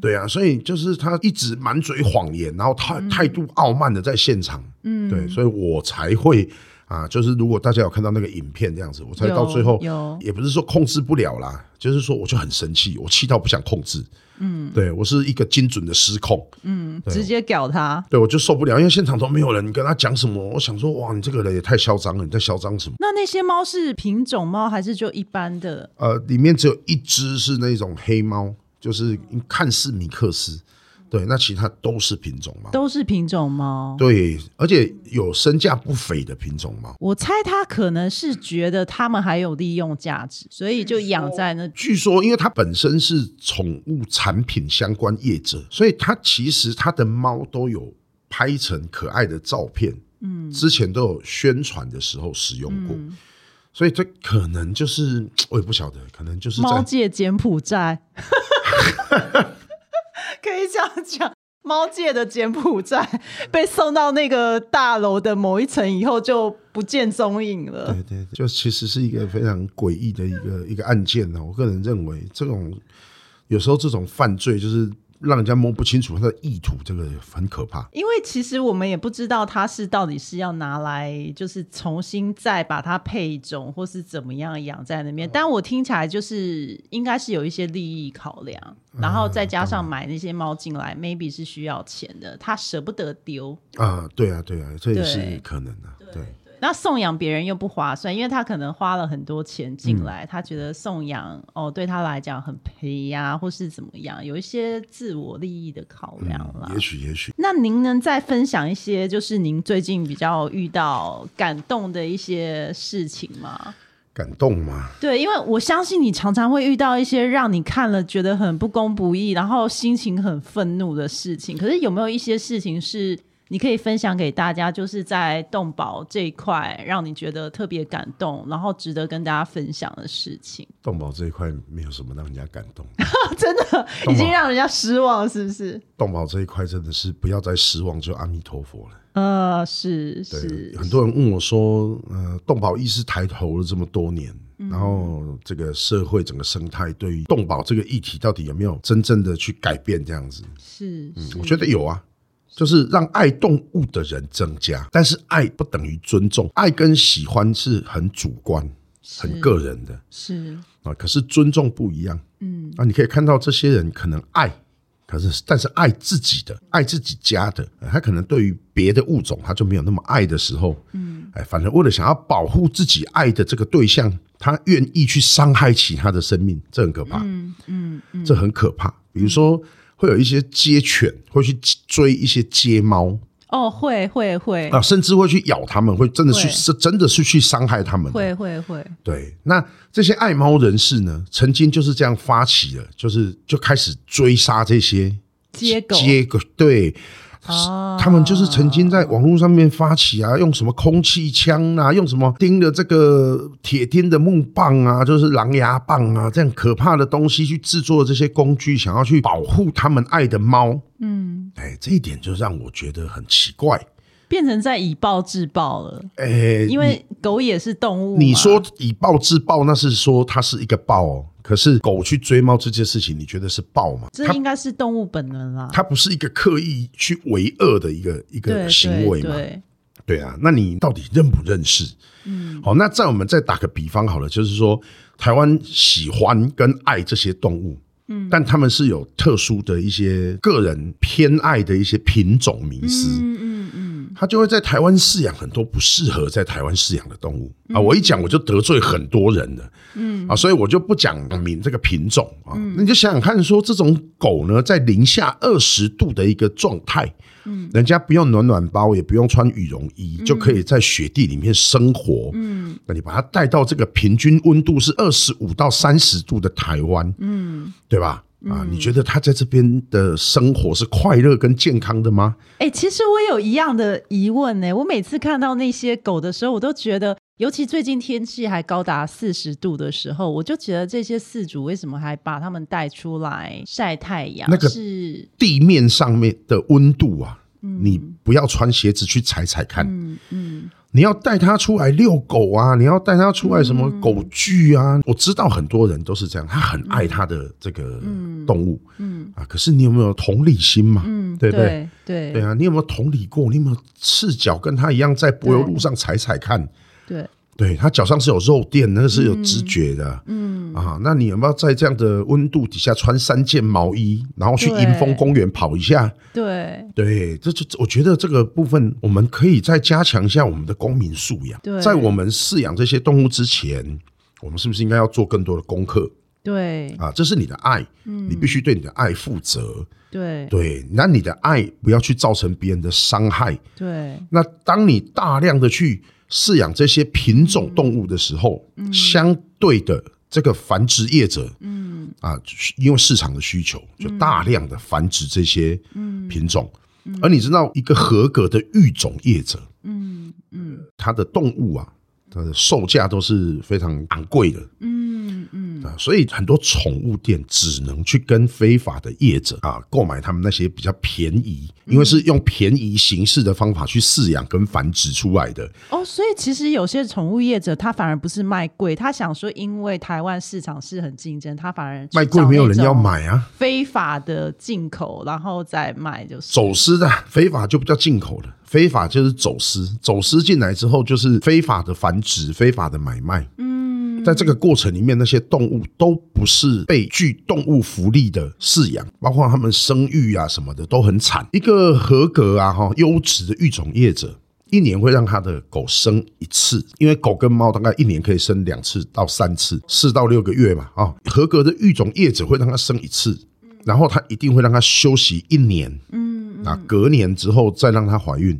对啊，所以就是他一直满嘴谎言，然后态态度傲慢的在现场，嗯，对，所以我才会啊，就是如果大家有看到那个影片这样子，我才
有
到最后
有
也不是说控制不了啦，就是说我就很生气，我气到不想控制，嗯，对我是一个精准的失控，对
直接屌他。
对我就受不了，因为现场都没有人你跟他讲什么，我想说哇，你这个人也太嚣张了，你在嚣张什么？
那那些猫是品种猫还是就一般的？
呃，里面只有一只是那种黑猫，就是看似米克斯，对，那其他都是品种猫。
都是品种猫。
对，而且有身价不菲的品种猫。
我猜他可能是觉得它们还有利用价值，所以就养在那。
据说，因为它本身是宠物产品相关业者，所以它其实它的猫都有拍成可爱的照片，嗯，之前都有宣传的时候使用过，
嗯
所以这可能就是我也不晓得，可能就是
猫
在
界柬埔 寨，可以这样讲。猫界的柬埔寨被送到那个大楼的某一层以后就不见踪影了。
对对，对就其实是一个非常诡异的一个一个案件啊呢。我个人认为，这种有时候这种犯罪就是让人家摸不清楚他的意图，这个很可怕。
因为其实我们也不知道它是到底是要拿来，就是重新再把它配种，或是怎么样养在那边。
嗯
但我听起来就是应该是有一些利益考量，然
嗯
后再加上买那些猫进来，maybe 是需要钱的，他舍不得丢。
啊，对啊，对啊，这也是
对
可能的、对，
那送养别人又不划算，因为他可能花了很多钱
嗯
进来，他觉得送养哦对他来讲很赔呀、或是怎么样，有一些自我利益的考量啦。
嗯也许，也许，
那您能再分享一些，就是您最近比较遇到感动的一些事情吗？
感动嘛，
对，因为我相信你常常会遇到一些让你看了觉得很不公不义，然后心情很愤怒的事情。可是有没有一些事情是你可以分享给大家，就是在动保这一块让你觉得特别感动，然后值得跟大家分享的事情？
动保这一块没有什么让人家感动。
真的
动保
已经让人家失望，是不是？
动保这一块真的是不要再失望，就阿弥陀佛了。
呃，是
对，
是，
很多人问我说，呃，动保意识抬头了这么多年，然后这个社会整个生态对于动保这个议题到底有没有真正的去改变这样子？
是，是
我觉得有啊，就是让爱动物的人增加，但是爱不等于尊重，爱跟喜欢是很主观、很个人的。
是
啊，可是尊重不一样，嗯，啊，你可以看到这些人可能爱，可是但是爱自己的，爱自己家的，呃他可能对于别的物种他就没有那么爱的时候，嗯，哎，反正为了想要保护自己爱的这个对象，他愿意去伤害其他的生命，这很可怕，嗯嗯，这很可怕。比如说会有一些街犬会去追一些街猫
哦，会会会
啊，甚至会去咬它们，会真的去
会
是真的是去伤害它们的，
会会会，
对，那这些爱猫人士呢，曾经就是这样发起了，就是就开始追杀这些
接狗
接狗，对，
哦
他们就是曾经在网络上面发起啊，用什么空气枪啊，用什么钉的这个铁钉的木棒啊，就是狼牙棒啊，这样可怕的东西去制作这些工具，想要去保护他们爱的猫。嗯，哎，这一点就让我觉得很奇怪。
变成在以暴制暴了，
哎、
因为狗也是动物嘛。
你你说以暴制暴，那是说它是一个暴哦。可是狗去追猫这件事情，你觉得是暴吗？
这
它
应该是动物本能啦，
它不是一个刻意去为恶的一个一
对
个行为嘛？
对
对啊，那你到底认不认识？嗯，好，那在我们再打个比方好了，就是说台湾喜欢跟爱这些动物，嗯，但他们是有特殊的一些个人偏爱的一些品种迷思，嗯嗯嗯，他就会在台湾饲养很多不适合在台湾饲养的动物、啊。我一讲我就得罪很多人了，嗯啊，所以我就不讲明这个品种啊。那你就想想看说这种狗呢，在零下二十度的一个状态。人家不用暖暖包，也不用穿羽绒衣，就可以在雪地里面生活。嗯，那你把它带到这个平均温度是二十五到三十度的台湾，嗯，对吧？啊，你觉得他在这边的生活是快乐跟健康的吗？
哎、其实我有一样的疑问呢、我每次看到那些狗的时候，我都觉得，尤其最近天气还高达四十度的时候，我就觉得这些饲主为什么还把它们带出来晒太阳？
那个
是
地面上面的温度啊，你不要穿鞋子去踩踩看。嗯你要带它出来遛狗啊，你要带它出来什么狗具啊？我知道很多人都是这样，他很爱他的这个动物，嗯啊，可是你有没有同理心嘛？嗯，对不对？
对对
对啊，你有没有同理过？你有没有赤脚跟他一样在柏油路上踩踩看？
对
对他脚上是有肉垫，那个是有知觉的，嗯啊，那你有没有在这样的温度底下穿三件毛衣，然后去
对
迎风公园跑一下？
对
对，这就我觉得这个部分，我们可以再加强一下我们的公民素养
对。
在我们饲养这些动物之前，我们是不是应该要做更多的功课
对
啊？这是你的爱，你必须对你的爱负责。
对
对，那你的爱不要去造成别人的伤害。
对
那当你大量的去饲养这些品种动物的时候，相对的这个繁殖业者，嗯啊，因为市场的需求，就大量的繁殖这些品种。而你知道，一个合格的育种业者，嗯嗯，它的动物啊，它的售价都是非常昂贵的，嗯嗯啊，所以很多宠物店只能去跟非法的业者啊购买他们那些比较便宜，因
嗯
为是用便宜形式的方法去饲养跟繁殖出来的，
哦，所以其实有些宠物业者他反而不是卖贵，他想说，因为台湾市场是很竞争，他反而去
卖贵
找
没有
那
人要
种
买啊，
非法的进口，然后再卖就是
走私的非法就不叫进口了，非法就是走私，走私进来之后就是非法的繁殖、非法的买卖。嗯，在这个过程里面，那些动物都不是被具动物福利的饲养，包括它们生育啊什么的都很惨。一个合格啊哈优质的育种业者。一年会让他的狗生一次，因为狗跟猫大概一年可以生两次到三次，四到六个月嘛啊、合格的育种业者会让它生一次，然后他一定会让它休息一年，那隔年之后再让它怀孕，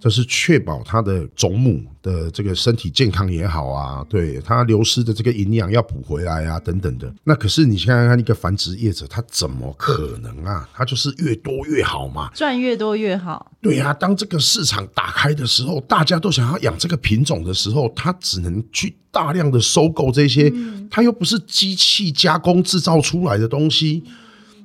这是确保它的种母的这个身体健康也好啊，对它流失的这个营养要补回来啊，等等的。那可是你想想看，一个繁殖业者，他怎么可能啊？他就是越多越好嘛。
赚越多越好。
对呀、当这个市场打开的时候，大家都想要养这个品种的时候，他只能去大量的收购这些，它又不是机器加工制造出来的东西。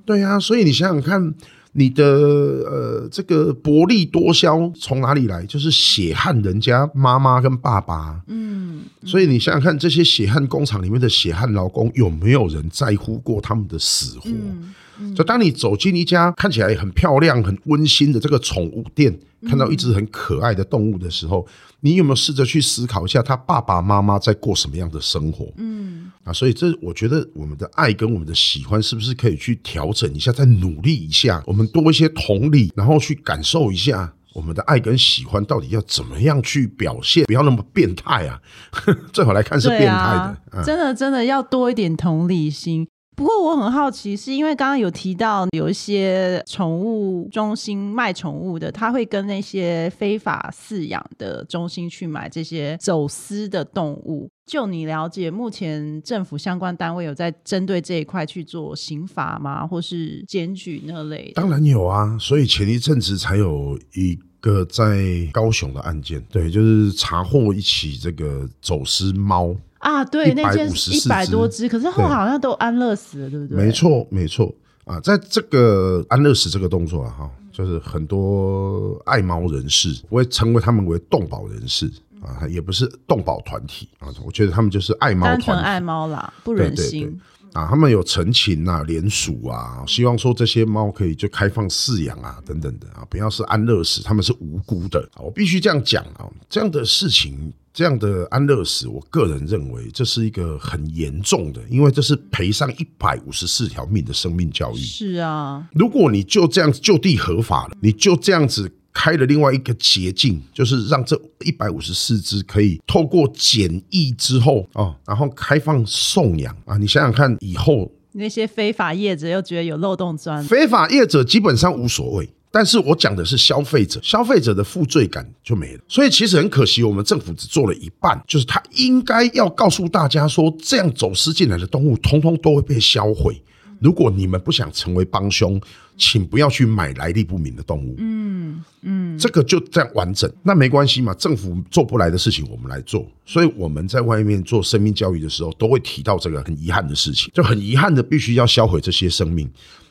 对呀、所以你想想看，你的呃这个薄利多销从哪里来？就是血汗人家妈妈跟爸爸。嗯，所以你想想看，这些血汗工厂里面的血汗劳工，有没有人在乎过他们的死活？
嗯
就当你走进一家看起来很漂亮、很温馨的这个宠物店，看到一只很可爱的动物的时候，你有没有试着去思考一下，他爸爸妈妈在过什么样的生活？嗯，啊，所以这我觉得我们的爱跟我们的喜欢是不是可以去调整一下，再努力一下，我们多一些同理，然后去感受一下。我们的爱跟喜欢到底要怎么样去表现？不要那么变态啊！ 最好来看是变
对
态的。
啊，
嗯
真的真的要多一点同理心。不过我很好奇，是因为刚刚有提到有一些宠物中心卖宠物的，他会跟那些非法饲养的中心去买这些走私的动物。就你了解，目前政府相关单位有在针对这一块去做刑罚吗，或是检举那类的？
当然有啊，所以前一阵子才有一个在高雄的案件，对，就是查获一起这个走私猫，
啊，对，那件
154
一百多
只
只，可是后来好像都安乐死了，对不对？
没错没错啊，在这个安乐死这个动作啊，哈，就是很多爱猫人士，我也称为他们为动保人士啊，也不是动保团体啊，我觉得他们就是爱猫
单纯
团体。
爱猫啦，不
对
忍
对
心。
对啊，他们有成群啊、联署啊，希望说这些猫可以就开放饲养啊，等等的啊，不要是安乐死，他们是无辜的啊。我必须这样讲啊，这样的事情，这样的安乐死，我个人认为这是一个很严重的，因为这是赔上一百五十四条命的生命教育。
是啊，
如果你就这样子就地合法了，你就这样子开了另外一个捷径，就是让这一百五十四只可以透过检疫之后哦，然后开放送养啊，你想想看，以后
那些非法业者又觉得有漏洞钻，
非法业者基本上无所谓。但是我讲的是消费者，消费者的负罪感就没了。所以其实很可惜，我们政府只做了一半，就是他应该要告诉大家说，这样走私进来的动物，通通都会被销毁。如果你们不想成为帮凶，请不要去买来历不明的动物。嗯嗯，这个就这样完整，那没关系嘛。政府做不来的事情，我们来做。所以我们在外面做生命教育的时候，都会提到这个很遗憾的事情，就很遗憾的必须要销毁这些生命。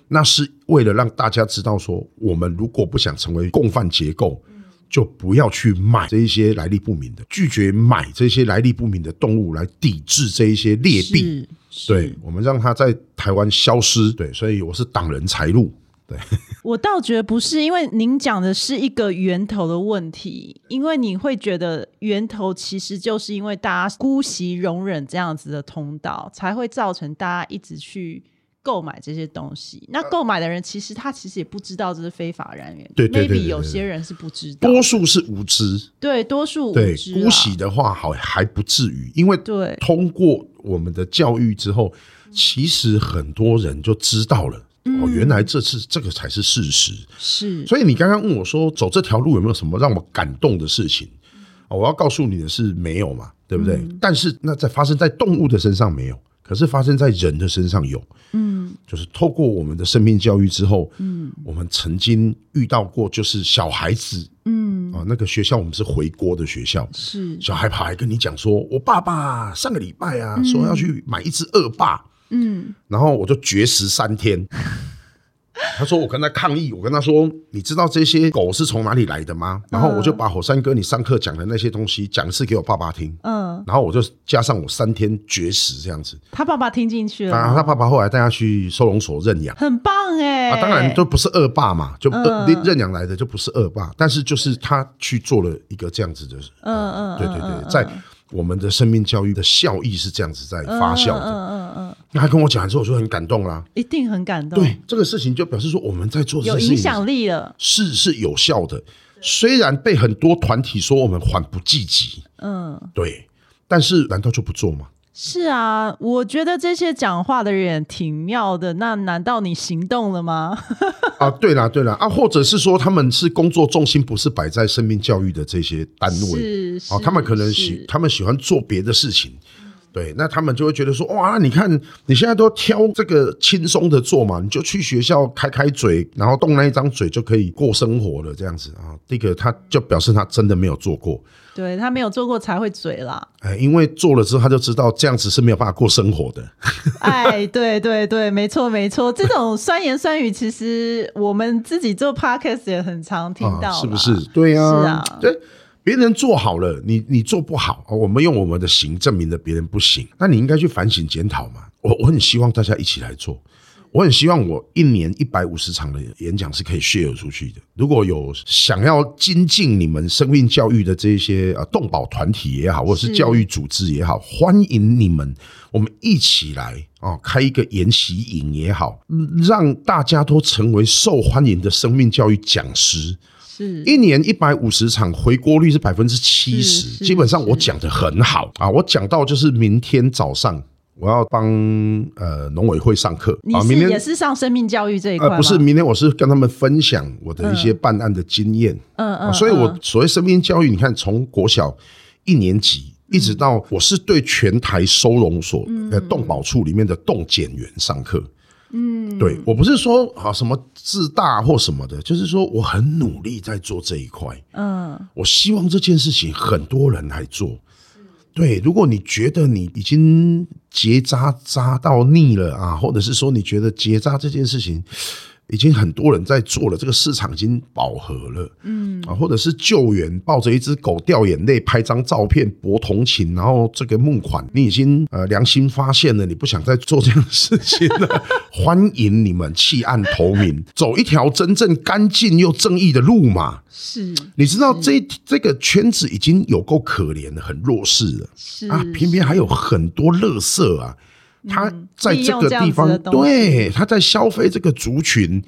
那是为了让大家知道说，我们如果不想成为共犯结构，就不要去买这一些来历不明的，拒绝买这些来历不明的动物来抵制这一些劣币。
是，是
对，我们让它在台湾消失。对，所以我是挡人财路。
我倒觉得不是，因为您讲的是一个源头的问题，因为你会觉得源头其实就是因为大家姑息容忍这样子的通道，才会造成大家一直去购买这些东
啊
西。那购买的人其实他其实也不知道这是非法来源
对对对对
，maybe
对
有些人是不知道，
多数是无知，
对多数无
对
知、啊、
姑息的话好还不至于，因为
对
通过我们的教育之后，其实很多人就知道了。哦，原来这次这个才是事实。
是
所以你刚刚问我说，走这条路有没有什么让我感动的事情？哦、我要告诉你的是没有嘛，对不对？但是那在发生在动物的身上没有，可是发生在人的身上有。嗯，就是透过我们的生命教育之后，嗯，我们曾经遇到过，就是小孩子，嗯，啊，那个学校我们是回锅的学校，
是
小孩跑来跟你讲说，我爸爸上个礼拜啊、说要去买一只恶霸，嗯，然后我就绝食三天。 他说我跟他抗议，我跟他说，你知道这些狗是从哪里来的吗？然后我就把火山哥你上课讲的那些东西讲一次给我爸爸听，
嗯，
然后我就加上我三天绝食这样子。
他爸爸听进去了
然
吗，
后他爸爸后来带他去收容所认养。
很棒哎、嗯
啊，当然就不是恶霸嘛，就恶认养来的就不是恶霸，但是就是他去做了一个这样子的，
嗯
呃
嗯，
对对
嗯
对，在我们的生命教育的效益是这样子在发酵
嗯
的。
嗯嗯嗯，
那他跟我讲完之后，我就很感动啦。
一定很感动，
对，这个事情就表示说我们在做
有
这
影
件事情
响力了，
是是有效的，虽然被很多团体说我们缓不济急，
嗯。
对，但是难道就不做吗？
是啊，我觉得这些讲话的人也挺妙的。那难道你行动了吗？
啊，对啦对啦啊，或者是说他们是工作重心不是摆在生命教育的这些单位，
是
哦，他们可能喜
是
他们喜欢做别的事情。对，那他们就会觉得说，哇，你看你现在都挑这个轻松的做嘛，你就去学校开开嘴，然后动那一张嘴就可以过生活了，这样子啊。第一个，他就表示他真的没有做过，
对他没有做过才会嘴啦。
哎，因为做了之后他就知道这样子是没有办法过生活的。
哎，对对对，没错没错，这种酸言酸语，其实我们自己做 podcast 也很常听到、
啊，是不是？？对呀、
是啊
对，别人做好了，你你做不好，哦我们用我们的行证明了别人不行，那你应该去反省检讨嘛。我我很希望大家一起来做，我很希望我一年一百五十场的演讲是可以 share 出去的。如果有想要精进你们生命教育的这些啊动保团体也好，或者是
是
教育组织也好，欢迎你们，我们一起来哦，开一个研习营也好，
嗯
让大家都成为受欢迎的生命教育讲师。
是
一年一百五十场，回锅率是百分之七
是
十，
是
基本上我讲的很好啊，我讲到就是明天早上我要帮呃农委会上课
你
啊，
是
明
也
天。
是上生命教育这一块吗、
呃，不是，明天我是跟他们分享我的一些办案的经验，
嗯
啊
嗯，
所以我
嗯
所谓生命教育，你看从国小一年级一直到我是对全台收容所
嗯
呃动保处里面的动检员上课。嗯，对我不是说啊什么自大或什么的，就是说我很努力在做这一块。
嗯
我希望这件事情很多人来做。对，如果你觉得你已经结扎扎到腻了啊，或者是说你觉得结扎这件事情已经很多人在做了，这个市场已经饱和了，嗯啊，或者是救援抱着一只狗掉眼泪拍张照片博同情，然后这个募款，你已经呃良心发现了，你不想再做这样的事情了， 欢迎你们弃暗投明，走一条真正干净又正义的路嘛。
是
你知道这这个圈子已经有够可怜了，很弱势了
是嗯
啊，偏偏还有很多垃圾啊，他在这个
利
地方，
用这样子的东西
对，他在消费这个族群，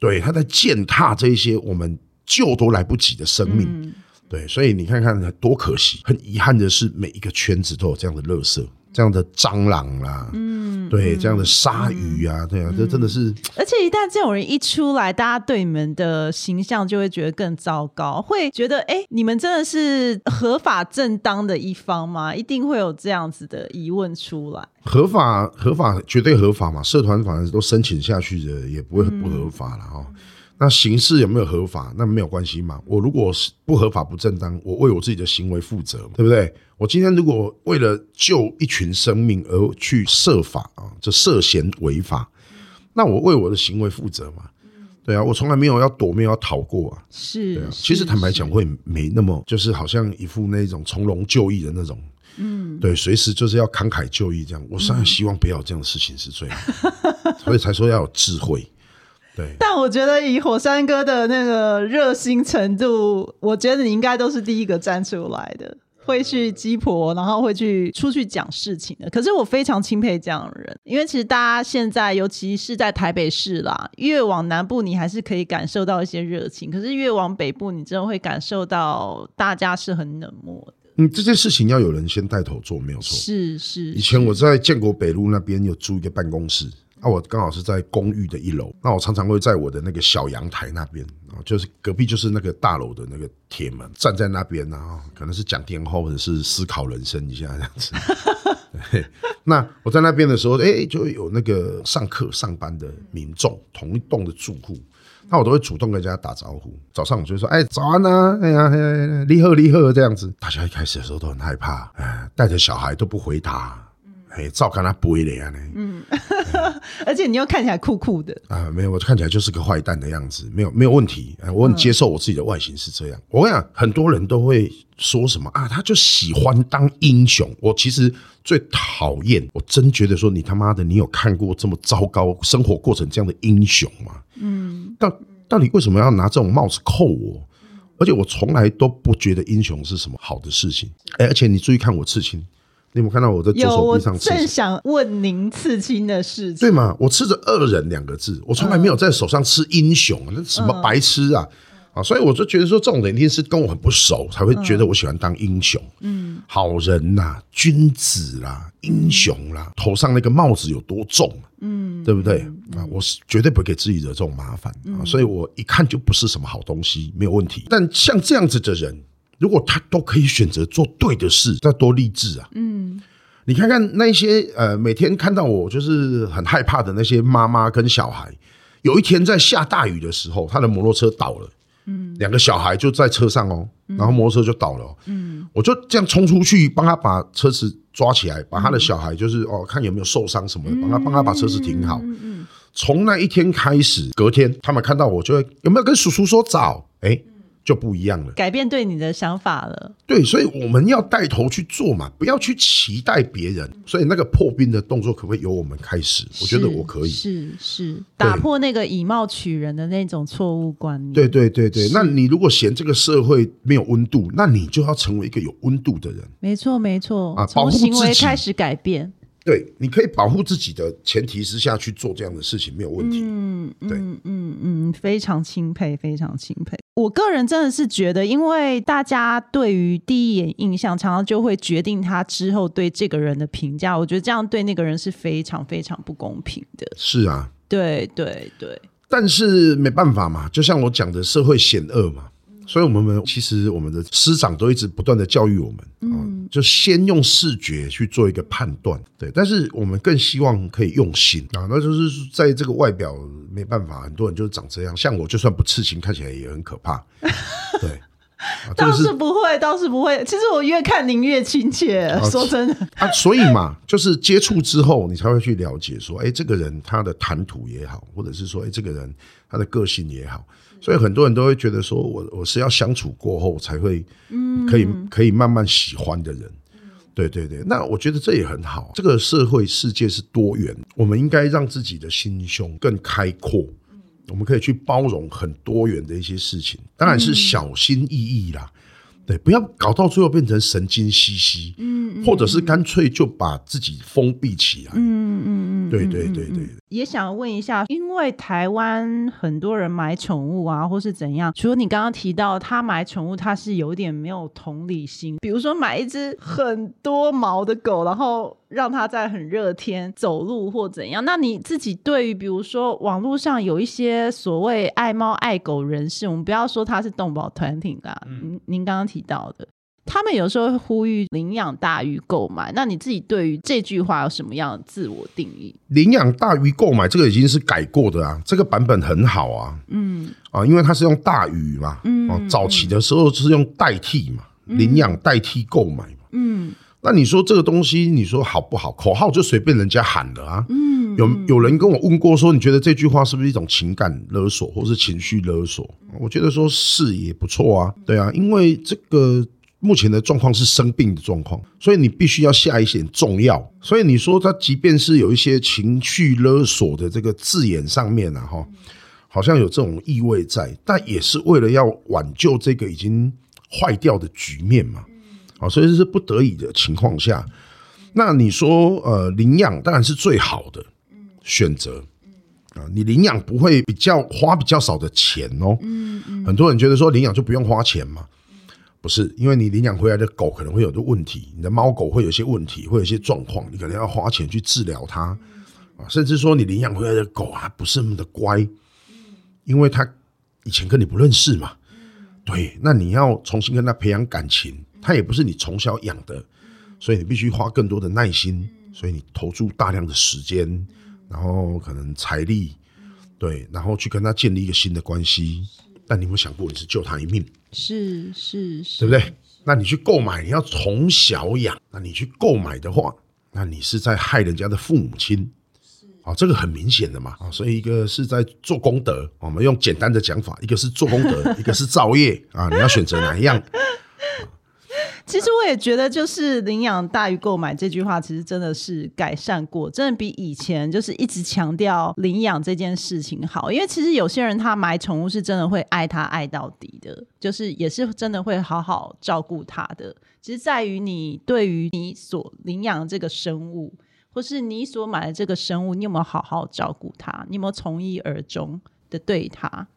对，他在践踏这一些我们救都来不及的生命，
嗯
对，所以你看看多可惜，很遗憾的是，每一个圈子都有这样的垃圾，这样的蟑螂啦、嗯，对，这样的鲨鱼啊，
嗯
对啊，这真的是
而且一旦这种人一出来，大家对你们的形象就会觉得更糟糕，会觉得哎、诶你们真的是合法正当的一方吗？一定会有这样子的疑问出来。
合法合法绝对合法嘛，社团法都申请下去的，也不会不合法了哈、那刑事有没有合法？那没有关系嘛。我如果是不合法不正当，我为我自己的行为负责，对不对？我今天如果为了救一群生命而去设法啊，这涉嫌违法，那我为我的行为负责嘛。对啊，我从来没有要躲，没有要逃过啊。
是，
对啊，
是
其实坦白讲，
是
会没那么，就是好像一副那种从容就义的那种，嗯，对，随时就是要慷慨就义这样。我当然希望不要有这样的事情是最好的， 所以才说要有智慧。对，
但我觉得以火山哥的那个热心程度，我觉得你应该都是第一个站出来的，会去鸡婆，然后会去出去讲事情的。可是我非常钦佩这样的人，因为其实大家现在，尤其是在台北市啦，越往南部你还是可以感受到一些热情，可是越往北部，你真的会感受到大家是很冷漠的。
嗯，这件事情要有人先带头做，没有错。
是是，
以前我在建国北路那边有租一个办公室，啊，我刚好是在公寓的一楼，那我常常会在我的那个小阳台那边啊，就是隔壁就是那个大楼的那个铁门，站在那边然后可能是讲电话或者是思考人生一下这样子。 对，那我在那边的时候，哎、就有那个上课上班的民众，同一栋的住户。那我都会主动跟人家打招呼。早上我就会说：“哎，早安呐、啊！哎呀，哎呀立贺立贺这样子。”大家一开始的时候都很害怕，哎，带着小孩都不回答，哎，照跟他不会的呀呢。
而且你又看起来酷酷的，
啊，没有，我看起来就是个坏蛋的样子，没有没有问题、啊，
嗯
我很接受我自己的外形是这样。我跟你讲，很多人都会说什么啊，他就喜欢当英雄。我其实最讨厌，我真觉得说你他妈的，你有看过这么糟糕生活过程这样的英雄吗？嗯，到到底为什么要拿这种帽子扣我？而且我从来都不觉得英雄是什么好的事情。哎、而且你注意看我刺青，你有没有看到我在左
有
手
我
臂上刺青
正？想问您刺青的事情。
对嘛？我吃着“恶人”两个字，我从来没有在手上吃英雄，啊那什么白痴啊！啊，所以我就觉得说，这种人一定是跟我很不熟，才会觉得我喜欢当英雄，嗯，好人呐、君子啦、英雄啦、头上那个帽子有多重、嗯，对不对？啊，我是绝对不会给自己惹这种麻烦、啊，所以我一看就不是什么好东西，没有问题。但像这样子的人，如果他都可以选择做对的事，那多励志啊！你看看那些呃，每天看到我就是很害怕的那些妈妈跟小孩，有一天在下大雨的时候，他的摩托车倒了，嗯，两个小孩就在车上哦，然后摩托车就倒了、哦，嗯，我就这样冲出去帮他把车子抓起来，把他的小孩就是哦，看有没有受伤什么的，帮他帮他把车子停好。从那一天开始，隔天他们看到我就会有没有跟叔叔说早，哎，就不一样了。
改变对你的想法了。
对，所以我们要带头去做嘛，不要去期待别人。所以那个破冰的动作，可不可以由我们开始？我觉得我可以。
是是，打破那个以貌取人的那种错误观念。
对，对对对，那你如果嫌这个社会没有温度，那你就要成为一个有温度的人。
没错没错
啊，保
从
护
行
自
为
己
开始改变。
对，你可以保护自己的前提之下去做这样的事情，没有问题。
嗯
对
嗯嗯嗯，非常钦佩，非常钦佩。我个人真的是觉得，因为大家对于第一眼印象，常常就会决定他之后对这个人的评价。我觉得这样对那个人是非常非常不公平的。
是啊，
对对对，
但是没办法嘛，就像我讲的，社会险恶嘛，所以我们其实我们的师长都一直不断的教育我们，嗯、就先用视觉去做一个判断，对，但是我们更希望可以用心啊，那就是在这个外表没办法，很多人就是长这样，像我就算不刺青，看起来也很可怕，对。啊这
倒
个是
是不会，倒是不会。其实我越看您越亲切，说真的，
啊，所以嘛，就是接触之后，你才会去了解说，哎、这个人他的谈吐也好，或者是说，哎、这个人他的个性也好，所以很多人都会觉得说我我是要相处过后才会，嗯，可以可以慢慢喜欢的人。对对对，那我觉得这也很好。这个社会世界是多元，我们应该让自己的心胸更开阔，我们可以去包容很多元的一些事情，当然是小心翼翼啦。对，不要搞到最后变成神经兮兮，嗯，或者是干脆就把自己封闭起来，嗯嗯嗯，对对对对，
也想问一下，因为台湾很多人买宠物啊，或是怎样，除了你刚刚提到他买宠物，他是有点没有同理心，比如说买一只很多毛的狗，然后让它在很热天走路或怎样。那你自己对于比如说网络上有一些所谓爱猫爱狗人士，我们不要说他是动保团体啦，您您刚刚提到的。他们有时候会呼吁领养大于购买，那你自己对于这句话有什么样的自我定义？
领养大于购买这个已经是改过的啊，这个版本很好啊，嗯啊，因为它是用大于嘛，嗯、啊，早期的时候是用代替嘛，领养代替购买嘛，嗯，那你说这个东西，你说好不好？口号就随便人家喊的啊，嗯，有有人跟我问过说，你觉得这句话是不是一种情感勒索或是情绪勒索？我觉得说是也不错啊，对啊，因为这个目前的状况是生病的状况，所以你必须要下一些重药。所以你说他即便是有一些情绪勒索的这个字眼上面啊，哈，好像有这种意味在，但也是为了要挽救这个已经坏掉的局面嘛。好，所以这是不得已的情况下。那你说，呃，领养当然是最好的选择。啊，你领养不会比较花比较少的钱哦。嗯嗯，很多人觉得说领养就不用花钱嘛，不是，因为你领养回来的狗可能会有的问题，你的猫狗会有一些问题，会有一些状况，你可能要花钱去治疗它啊，甚至说你领养回来的狗啊不是那么的乖，因为它以前跟你不认识嘛，对，那你要重新跟它培养感情，它也不是你从小养的，所以你必须花更多的耐心，所以你投注大量的时间，然后可能财力，对，然后去跟它建立一个新的关系。但你有没有想过，你是救它一命？
是是是，
对不对？那你去购买，你要从小养，那你去购买的话，那你是在害人家的父母亲。啊，这个很明显的嘛啊，所以一个是在做功德，哦我们用简单的讲法，一个是做功德，一个是造业啊，你要选择哪一样？
其实我也觉得，就是领养大于购买这句话，其实真的是改善过，真的比以前就是一直强调领养这件事情好。因为其实有些人他买宠物是真的会爱它爱到底的，就是也是真的会好好照顾它的。其实在于你对于你所领养的这个生物，或是你所买的这个生物，你有没有好好照顾它？你有没有从一而终的对它？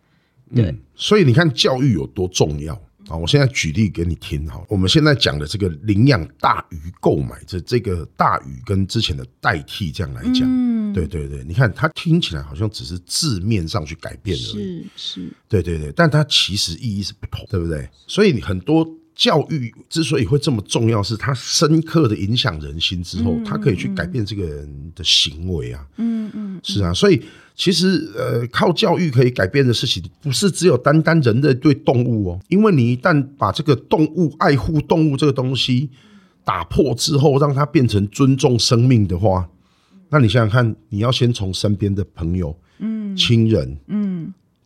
对
嗯，所以你看教育有多重要啊！我现在举例给你听哈，我们现在讲的这个领养大于购买，这这个大于跟之前的代替这样来讲，嗯，对对对，你看它听起来好像只是字面上去改变而
是
已，
是，
对对对，但它其实意义是不同，对不对？所以你很多教育之所以会这么重要，是它深刻的影响人心之后，它可以去改变这个人的行为啊。嗯嗯，是啊，所以其实呃，靠教育可以改变的事情，不是只有单单人类对动物哦，因为你一旦把这个动物爱护动物这个东西打破之后，让它变成尊重生命的话。那你想想看，你要先从身边的朋友、嗯、亲人、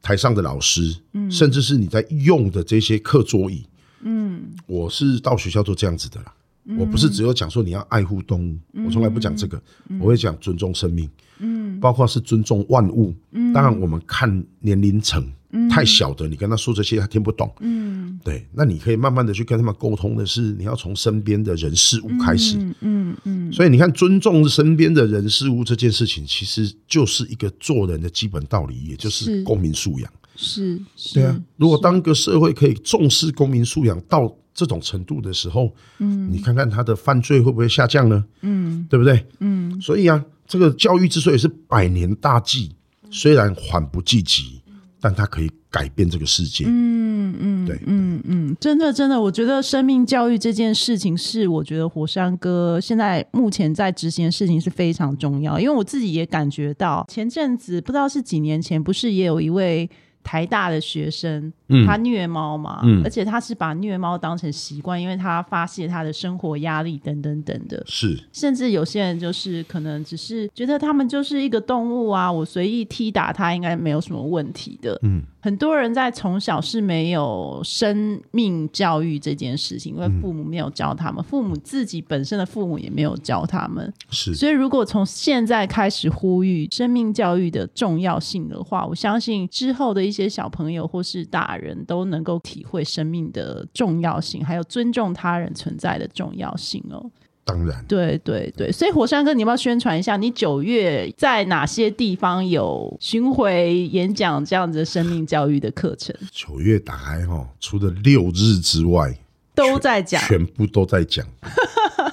台上的老师，甚至是你在用的这些课桌椅，嗯，我是到学校都这样子的啦。我不是只有讲说你要爱护动物，我从来不讲这个，我会讲尊重生命，嗯，包括是尊重万物。当然，我们看年龄层，太小的你跟他说这些他听不懂，嗯，对，那你可以慢慢的去跟他们沟通的是，你要从身边的人事物开始，嗯所以你看，尊重身边的人事物这件事情，其实就是一个做人的基本道理，也就是
是
公民素养。
是是，
对啊，如果当个社会可以重视公民素养到这种程度的时候，嗯，你看看他的犯罪会不会下降呢？嗯，对不对？嗯，所以啊，这个教育之所以是百年大计，虽然缓不济急，但它可以改变这个世界。嗯嗯，对，
嗯嗯，真的真的，我觉得生命教育这件事情是，我觉得火山哥现在目前在执行的事情是非常重要，因为我自己也感觉到，前阵子不知道是几年前，不是也有一位台大的学生，
嗯
他虐猫嘛，
嗯
而且他是把虐猫当成习惯，因为他发泄他的生活压力等等等的。
是
甚至有些人就是可能只是觉得他们就是一个动物啊，我随意踢打它应该没有什么问题的。
嗯，
很多人在从小是没有生命教育这件事情，因为父母没有教他们，父母自己本身的父母也没有教他们。
是
所以，如果从现在开始呼吁生命教育的重要性的话，我相信之后的一些小朋友或是大人都能够体会生命的重要性，还有尊重他人存在的重要性哦。
当然。
对对对，所以火山哥，你要不要宣传一下？你九月在哪些地方有巡回演讲这样子的生命教育的课程？
九月打开哈，除了六日之外，
都在讲，
全部都在 讲。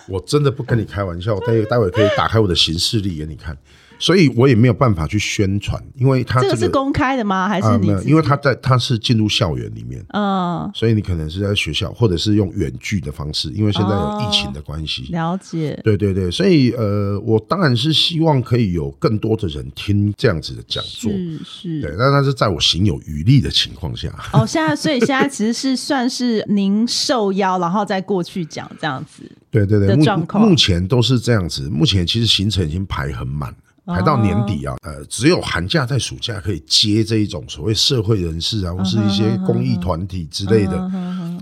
我真的不跟你开玩笑，我待待会可以打开我的行事历给你看。所以我也没有办法去宣传，因为他
这
个
个是公开的吗？还
啊
是你
没
自己、
有，因为他在他是进入校园里面，
嗯，
所以你可能是在学校，或者是用远距的方式，因为现在有疫情的关系。
了解，
对对对，所以呃，我当然是希望可以有更多的人听这样子的讲座。
是
对
是。，
那他是在我行有余力的情况下，
哦，现在所以现在其实是算是您受邀，然后再过去讲这样子。
对对对，
的
目
状况
目前都是这样子。目前其实行程已经排很满
哦
了，排到年底啊，呃，只有寒假在暑假可以接这一种所谓社会人士
嗯
啊，或是一些公益团体之类的。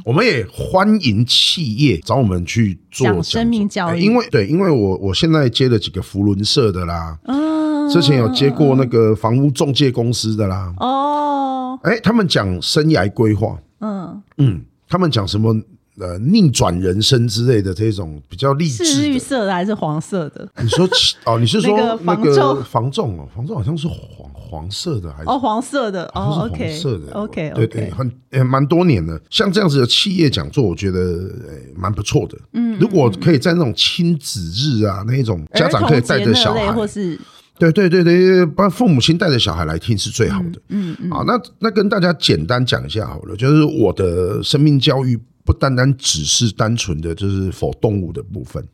我们也欢迎企业找我们去做
讲
讲
生命
座
教育
哎因为对，因为我我现在接了几个福伦社的啦，
嗯，
之前有接过那个房屋中介公司的啦，
哦，
哎，他们讲生涯规划，
嗯，
嗯，他们讲什么呃逆转人生之类的这种比较励
是
志
绿
的。
色的还是黄色的？
你说起哦，你是
那个
说那
防
个
重
防重哦，防重好像是黄黄色的还是？
哦，黄色的，
好
哦
像是
，OK，
黄色的
OK，
对对，很呃蛮多年的。像这样子的企业讲座，我觉得呃蛮不错的。嗯，如果可以在那种亲子日啊那一种，家长可以带着小
儿童节那类
孩
或，是
对对对对，把父母亲带着小孩来听是最好的。
嗯嗯，
啊，那那跟大家简单讲一下好了，就是我的生命教育不单单只是单纯的就是否动物的部分，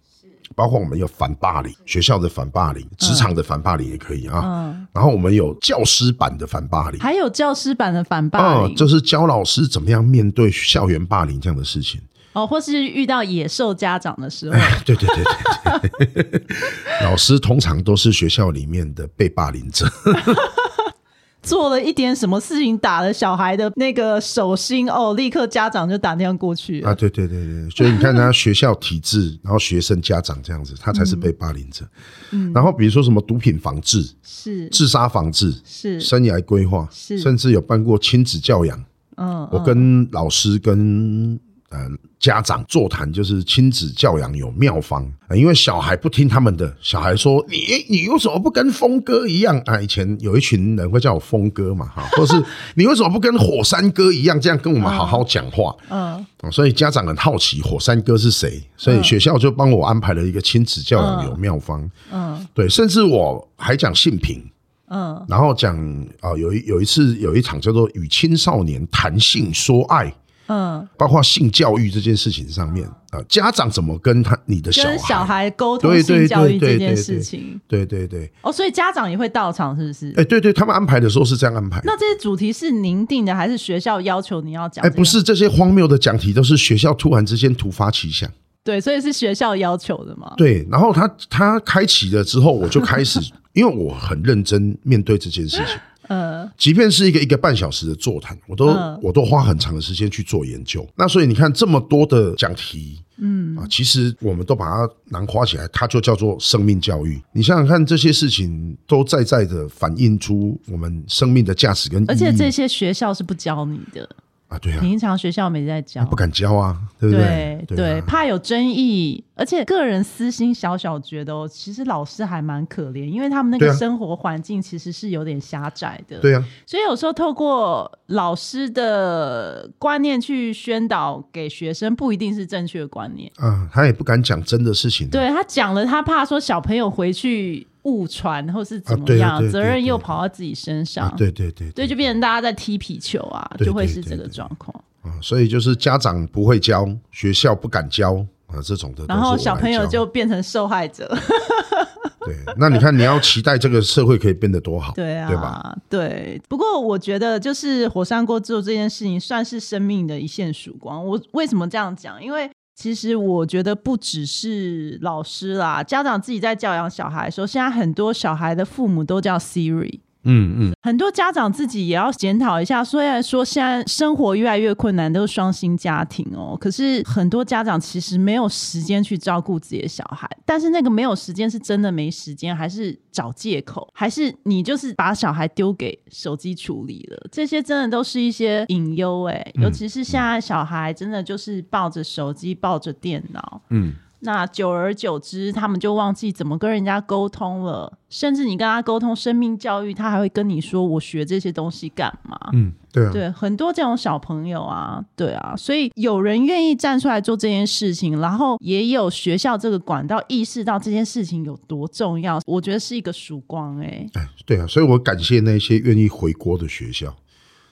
包括我们有反霸凌，学校的反霸
嗯
凌，职场的反霸凌也可以啊。然后我们有教师版的反霸凌，啊
还有教师版的反霸凌，
就是教老师怎么样面对校园霸凌这样的 事情。
哦，或是遇到野兽家长的时候，
对对对对对， 老师通常都是学校里面的被霸凌者。
做了一点什么事情打了小孩的那个手心，哦，立刻家长就打电话过去了
啊，对对对对，所以你看他学校 体制，然后学生家长这样子，他才是被霸凌者。然后比如说什么毒品防治、
嗯是
自杀防治、
是，
生涯规划，
是
甚至有办过亲子教养。
嗯，
我跟老师跟呃家长座谈，就是亲子教养有妙方、呃因为小孩不听他们的，小孩说你你为什么不跟峰哥一样啊？以前有一群人会叫我峰哥嘛哈，或是你为什么不跟火山哥一样，这样跟我们好好讲话？
嗯，
哦，所以家长很好奇火山哥是谁，所以学校就帮我安排了一个亲子教养有妙方，嗯，对，甚至我还讲性平，嗯，然后讲啊、有一有一次有一场叫做与青少年谈性说爱，嗯，包括性教育这件事情上面啊、家长怎么跟他你的小孩，
跟小孩沟通
对
性
对
教育
对
这
对
件
对
事
对
情，
对对对，
哦，所以家长也会到场，是不是？
哎，对对，他们安排的时候是这样安排的，
那这些主题是您定的，还是学校要求你要讲？
哎，不，是这些荒谬的讲题都是学校突然之间突发奇想。
对，所以是学校要求的嘛？
对，然后他他开启了之后，我就 开始，因为我很认真面对这件事情。
呃，
即便是一个一个半小时的座谈，我都、
嗯
我都花很长的时间去做研究。那所以你看这么多的讲题，嗯啊，其实我们都把它囊括起来，它就叫做生命教育。你想想看，这些事情都在在的反映出我们生命的价值跟意义。
而且这些学校是不教你的，
啊，对啊，
平常学校没在教，
不敢教啊，对不
对
对啊
怕有争议，而且个人私心小小觉得哦，其实老师还蛮可怜，因为他们那
对
个
啊
生活环境其实是有点狭窄的。
对啊，
所以有时候透过老师的观念去宣导给学生，不一定是正确的观念。
啊，他也不敢讲真的事情啊、
对他讲了，他怕说小朋友回去误传或是怎
啊
么
对啊
样，
对对
责任
对
又
对
跑到自己身上。
啊，对对对
对，就变成大家在踢皮球啊，
对
就会
对
是
对
这个
对
状况。
啊，所以就是家长不会教，学校不敢教啊，这种的都是我来教。
然后小朋友就变成受害者。
对，那你看你要期待这个社会可以变得多好，
对啊，
对吧？
对不过我觉得就是火山锅做这件事情，算是生命的一线曙光。我为什么这样讲？因为其实我觉得不只是老师啦，家长自己在教养小孩的时候，现在很多小孩的父母都叫 Siri。
嗯嗯，
很多家长自己也要检讨一下，虽然说现在生活越来越困难，都是双薪家庭哦，可是很多家长其实没有时间去照顾自己的小孩，但是那个没有时间是真的没时间，还是找借口，还是你就是把小孩丢给手机处理了？这些真的都是一些隐忧哎，尤其是现在小孩真的就是抱着手机，抱着电脑，
嗯。
那久而久之，他们就忘记怎么跟人家沟通了。甚至你跟他沟通生命教育，他还会跟你说：“我学这些东西干嘛？”
嗯，对啊，
对，很多这种小朋友啊，对啊，所以有人愿意站出来做这件事情，然后也有学校这个管道意识到这件事情有多重要，我觉得是一个曙光哎、
哎，对啊，所以我感谢那些愿意回国的学校，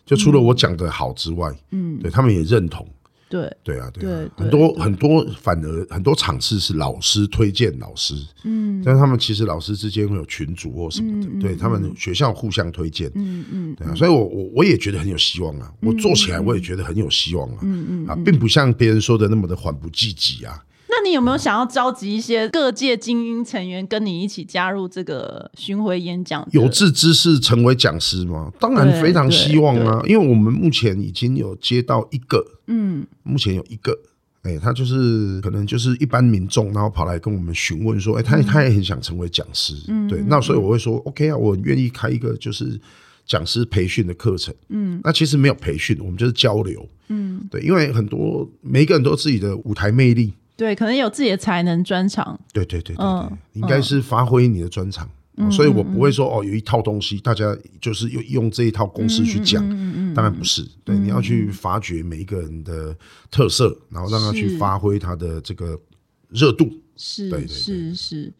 就除了我讲的好之外，
嗯，
对他们也认同。
对，
对啊，对啊，
对
很多
对
很多，反而很多场次是老师推荐老师，
嗯
但是他们其实老师之间会有群组或什么的，
嗯嗯
对他们学校互相推荐，
嗯嗯
对啊，所以我我我也觉得很有希望啊，我做起来我也觉得很有希望啊，
嗯嗯。
啊，并不像别人说的那么的缓不济急啊，
那你有没有想要召集一些各界精英成员跟你一起加入这个巡回演讲的？
有志之士成为讲师吗？当
对
然非常希望啊，因为我们目前已经有接到一个，
嗯
目前有一个，哎、他就是可能就是一般民众，然后跑来跟我们询问说，哎、他
嗯
他也很想成为讲师，对，那所以我会说，OK 啊，我很愿意开一个就是讲师培训的课程，
嗯，
那其实没有培训，我们就是交流，
嗯，
对，因为很多每一个人都有自己的舞台魅力，
对，可能有自己的才能专长。
对对对对对，
嗯
应该是发挥你的专长。哦所以我不会说哦，有一套东西，大家就是用用这一套公式去
嗯
讲，当然不是。对，你要去发掘每一个人的特色，然后让他去
是
发挥他的这个热度。
是
对对对
是是，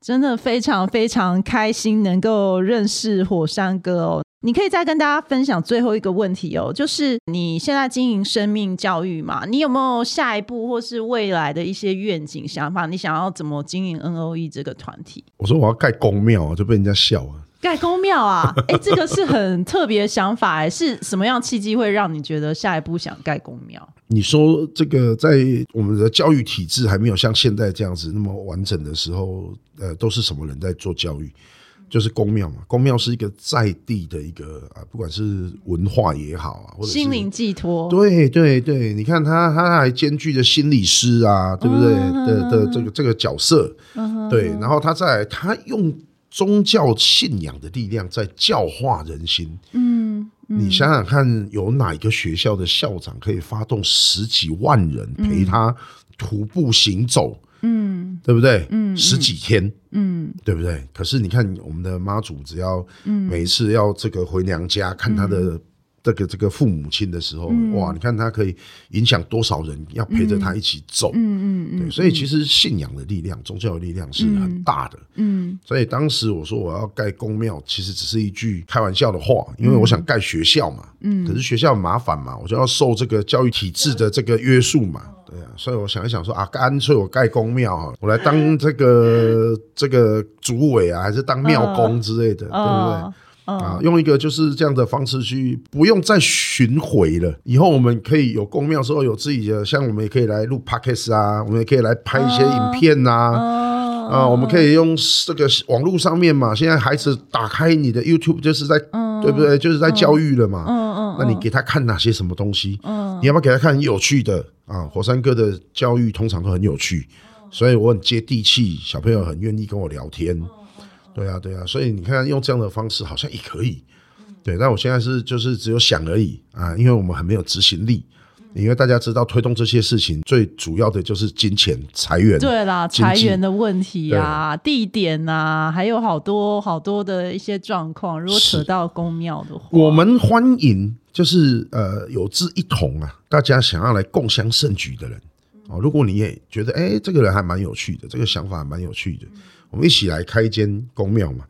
真的非常非常开心能够认识火山哥哦。你可以再跟大家分享最后一个问题哦，就是你现在经营生命教育嘛，你有没有下一步或是未来的一些愿景想法？你想要怎么经营 NOE 这个团体？
我说我要盖公庙啊，就被人家笑啊。
盖公庙 啊，哎、这个是很特别的想法哎，是什么样契机会让你觉得下一步想盖公庙？
你说这个在我们的教育体制还没有像现在这样子那么完整的时候，呃，都是什么人在做教育？就是公庙嘛，公庙是一个在地的一个啊，不管是文化也好啊，或者是
心灵寄托，
对对对，你看他他还兼具着心理师啊，对不对、
嗯
的的这个这个角色，对，然后他再来他用宗教信仰的力量在教化人心。
嗯，
你想想看，有哪一个学校的校长可以发动十几万人陪他徒步行走，
嗯
对不对？嗯，十几天，
嗯
对不对？可是你看我们的妈祖，只要每一次要这个回娘家、看她
嗯
的这个这个父母亲的时候，哇，你看她可以影响多少人，要陪着她一起走。
嗯嗯嗯
对，所以其实信仰的力量、宗教的力量是很大的。
嗯
所以当时我说我要盖公庙，其实只是一句开玩笑的话，因为我想盖学校嘛。嗯，可是学校很麻烦嘛，我就要受这个教育体制的这个约束嘛。对啊，所以我想一想说啊，干脆我盖公庙啊，我来当这 个这个主委啊，还是当庙公之类的，对不
哦
对？啊，用一个就是这样的方式去，不用再巡回了。以后我们可以有公庙之后有自己的，像我们也可以来录 podcast 啊，我们也可以来拍一些影片啊，
哦
啊、我们可以用这个网络上面嘛，现在孩子打开你的 YouTube 就是在，对不对？就是在教育了嘛。
嗯嗯嗯
那你给他看哪些什么东西？
嗯
你要不要给他看很有趣的啊？火山哥的教育通常都很有趣，
嗯
所以我很接地气，小朋友很愿意跟我聊天。对啊，对啊，所以你看用这样的方式好像也可以。对，但我现在是就是只有想而已啊，因为我们很没有执行力。因为大家知道，推动这些事情最主要的就是金钱、财源。
对啦，
经济
裁员的问题啊，地点啊，还有好多好多的一些状况。如果扯到公庙的话，
我们欢迎，就是呃有志一同啊，大家想要来共襄盛举的人
嗯
哦。如果你也觉
嗯
得，哎、这个人还蛮有趣的，这个想法还蛮有趣的，我们一起来开一间公庙嘛。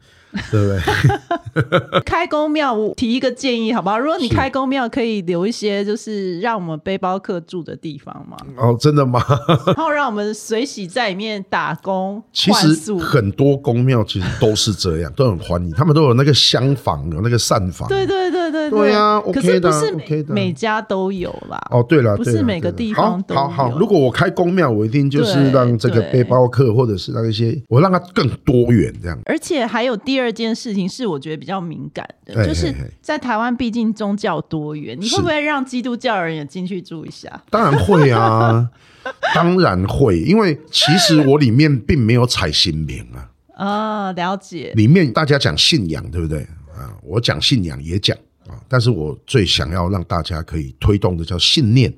对不对？
开公庙，我提一个建议好不好？如果你
是
开公庙，可以留一些就是让我们背包客住的地方嘛，
哦，真 的吗？
然后让我们随喜在里面打工
其
换
实
宿。
很多宫庙其实都是这样，都很欢迎，他们都有那个厢房，有那个膳房。
对对对对
对啊
可是
OK 的
不是
OK
每
的
每家都有啦。
哦，对了，
不是
对啦
每个
对
地
啦
方都
好好
有
好。如果我开公庙，我一定就是
对
让这个
对
背包客或者是让一些我让它更多元这样。
而且还有第二件事情是我觉得比较敏感的，
哎
就是
哎哎
在台湾，毕竟宗教多元，你
是
会不会让基督教人也进去住一下？
当然会啊， 当然会，因为其实我里面并没有采新名啊，
啊、了解，
里面大家讲信仰，对不对啊？我讲信仰也讲啊，但是我最想要让大家可以推动的叫信念、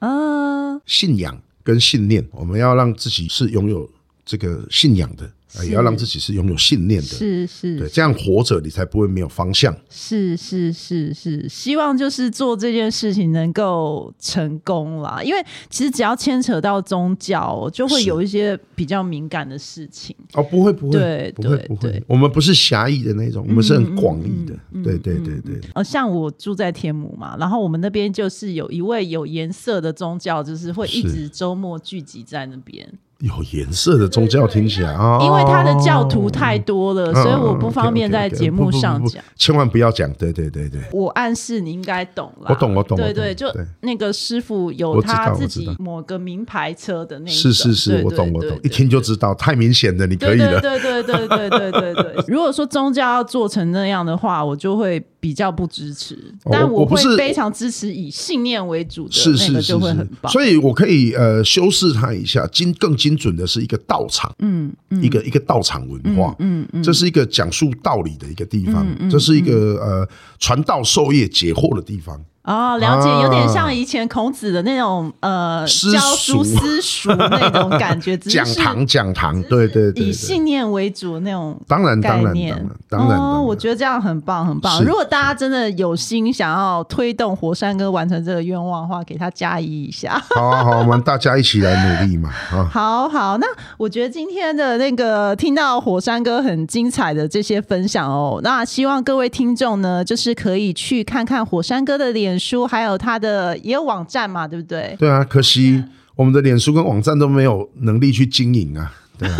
嗯、
信仰跟信念，我们要让自己是拥有这个信仰的，啊
是
也要让自己是拥有信念的。
是是
对，这样活着你才不会没有方向。
是是是是，希望就是做这件事情能够成功啦。因为其实只要牵扯到宗教，就会
是
有一些比较敏感的事情。
哦，不会不会，
对
不会
对
不会
对，嗯
我们不是狭义的那种，我们是很广义的。对对对对，
呃，像我住在天母嘛，然后我们那边就是有一位有颜色的宗教，就是会一
是
直周末聚集在那边，
有颜色的宗教听起来啊，
因为他的教徒太多了，
嗯，
所以我
嗯
不方便在
OK，OK，OK，
节目上
不不不
讲。
不千万不要讲。对对对对，
我暗示你应该懂啦，
我懂我懂
对
我懂
对，就
对
那个师傅有
我知道
他
我
自
知
己
道
某个名牌车的那一
是
种
是是，
对
我懂
对
我
对
懂，一
对
听就知道，太明显了，你可
对
以
对
了。
对对对对对对对。如果说宗教要做成那样的话，我就会比较不支持，
哦
但
我我不
会
是
非常支持以信念为主的
是
那个
是
就是会很
是，
棒。
所以我可以呃修饰它一下，精更精准的是一个道场，
嗯嗯
一个一个道场文化，
嗯嗯，
这是一个讲述道理的一个地方
嗯嗯，
这是一个呃传道授业解惑的地方。
哦，了解，
啊
有点像以前孔子的那种呃
私
教书
塾
私塾那种感 觉，只是
讲堂讲堂，对对对
以
对，
信念为主的那种
当然
概
当然当
念
然当然，
哦，我
得
觉得这样很棒，很棒。
是
如果大家真的有心想要推动火山哥完成这个愿望的话，给他加一一下。
好啊好啊，我们大家一起来努力嘛啊！
好好，那我觉得今天的那个听到火山哥很精彩的这些分享哦，那希望各位听众呢，就是可以去看看火山哥的脸书，还有他的也有网站嘛，对不对？
对啊，可惜我们的脸书跟网站都没有能力去经营啊，对啊，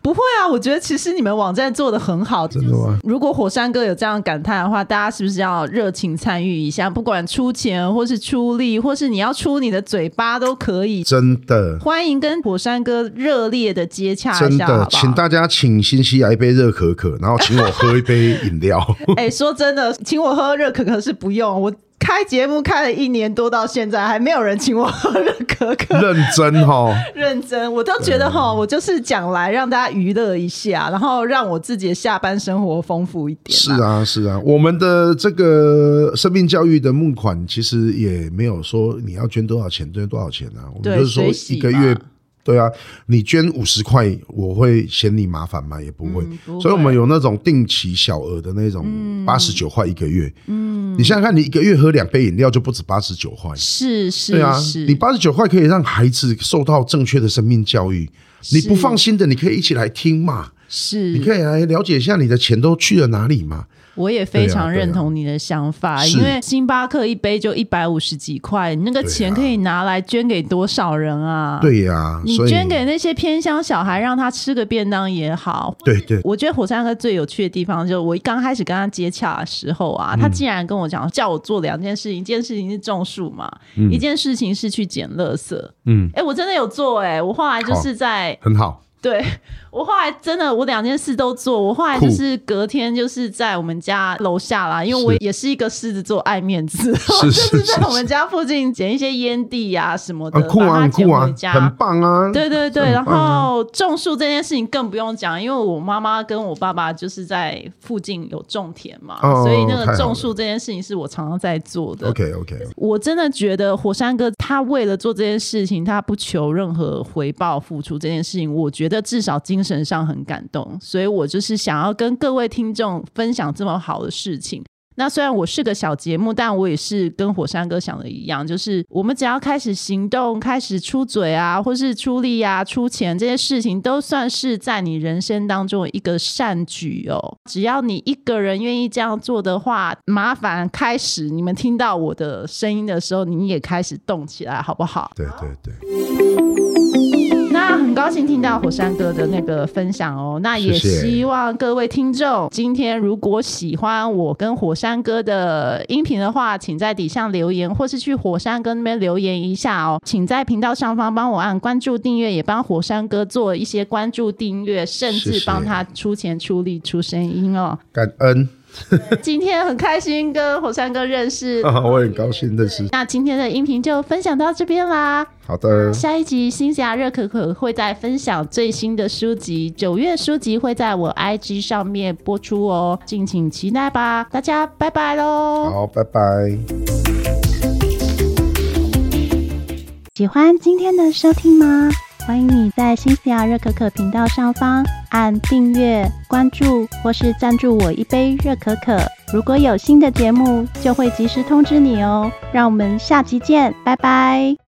不会啊，我觉得其实你们网站做的很好，
真的吗？
如果火山哥有这样感叹的话，大家是不是要热情参与一下？不管出钱，或是出力，或是你要出你的嘴巴都可以。
真的。
欢迎跟火山哥热烈的接洽一
真
下，好
的，
不
请
好？
大家请新西来一杯热可可，然后请我喝一杯饮料。
哎、说真的，请我喝热可可是不用，我开节目开了一年多到现在，还没有人请我喝热可可。
认真哦哈，
认真，我都觉得哈，我就是讲来让大家娱乐一下，然后让我自己的下班生活丰富一点。
是，啊是啊，我们的这个生命教育的募款其实也没有说你要捐多少钱，捐多少钱啊，我
对
们就是说
随喜
一个月
嘛。
对啊，你捐五十块，我会嫌你麻烦吗？也不会，
嗯不
所以我
会嗯
们有那种定期小额的那种八十九块一个月。嗯，你想想看，你一个月喝两杯饮料就不止八十九块，
是是
对啊
是，，
你八十九块可以让孩子受到正确的生命教育。你不
是
放心的，你可以一起来听嘛，
是
你可以来了解一下你的钱都去了哪里嘛。
我也非常
对啊对啊
认同你的想法，
是
因为星巴克一杯就一百五十几块，你那个
对啊
钱可以拿来捐给多少人啊？，
对呀、
你
所以
捐给那些偏乡小孩，让他吃个便当也好。
对对
我觉得火山哥最有趣的地方，就是我刚开始跟他接洽的时候
嗯
啊，他竟然跟我讲，叫我做两件事情，一件事情是种树嘛，一件事情是去捡垃圾。
嗯，
哎、我真的有做哎、我后来就是在
很好，
对我后来真的，我两件事都做。我后来
酷
就是隔天就是在我们家楼下啦，因为
是
我也是一个狮子座爱面子，我
是
就是
是
在我们家附近捡一些烟蒂呀、什么的，
很酷
把
啊，
它
很
捡
酷啊
回，家。
很棒啊。
对对对，
很
然
棒啊
后种树这件事情更不用讲，因为我妈妈跟我爸爸就是在附近有种田嘛，
哦
所以那
太好
个
了
种树这件事情是我常常在做的。
OK OK，
我真的觉得火山哥他为了做这件事情，他不求任何回报付出这件事情，我觉得至少精神上很感动，所以我就是想要跟各位听众分享这么好的事情。那虽然我是个小节目，但我也是跟火山哥想的一样，就是我们只要开始行动，开始出嘴啊，或是出力啊、出钱这些事情，都算是在你人生当中一个善举哦。只要你一个人愿意这样做的话，麻烦开始，你们听到我的声音的时候，你也开始动起来，好不好？
对对对。
那很高兴听到火山哥的那个分享哦，那也
谢谢
希望各位听众今天如果喜欢我跟火山哥的音频的话，请在底下留言，或是去火山哥那边留言一下哦。请在频道上方帮我按关注、订阅，也帮火山哥做一些关注、订阅，甚
谢
至
谢
帮他出钱出力出声音哦。
感恩
今天很开心跟火山哥认识，
啊， 我很高兴认识。
那今天的音频就分享到这边啦。
好的，
下一集新霞热可可会在分享最新的书籍，九月书籍会在我 IG 上面播出哦，敬请期待吧，大家拜拜喽！
好，拜拜。
喜欢今天的收听吗？欢迎你在新西亚热可可频道上方按订阅、关注或是赞助我一杯热可可。如果有新的节目，就会及时通知你哦。让我们下集见，拜拜。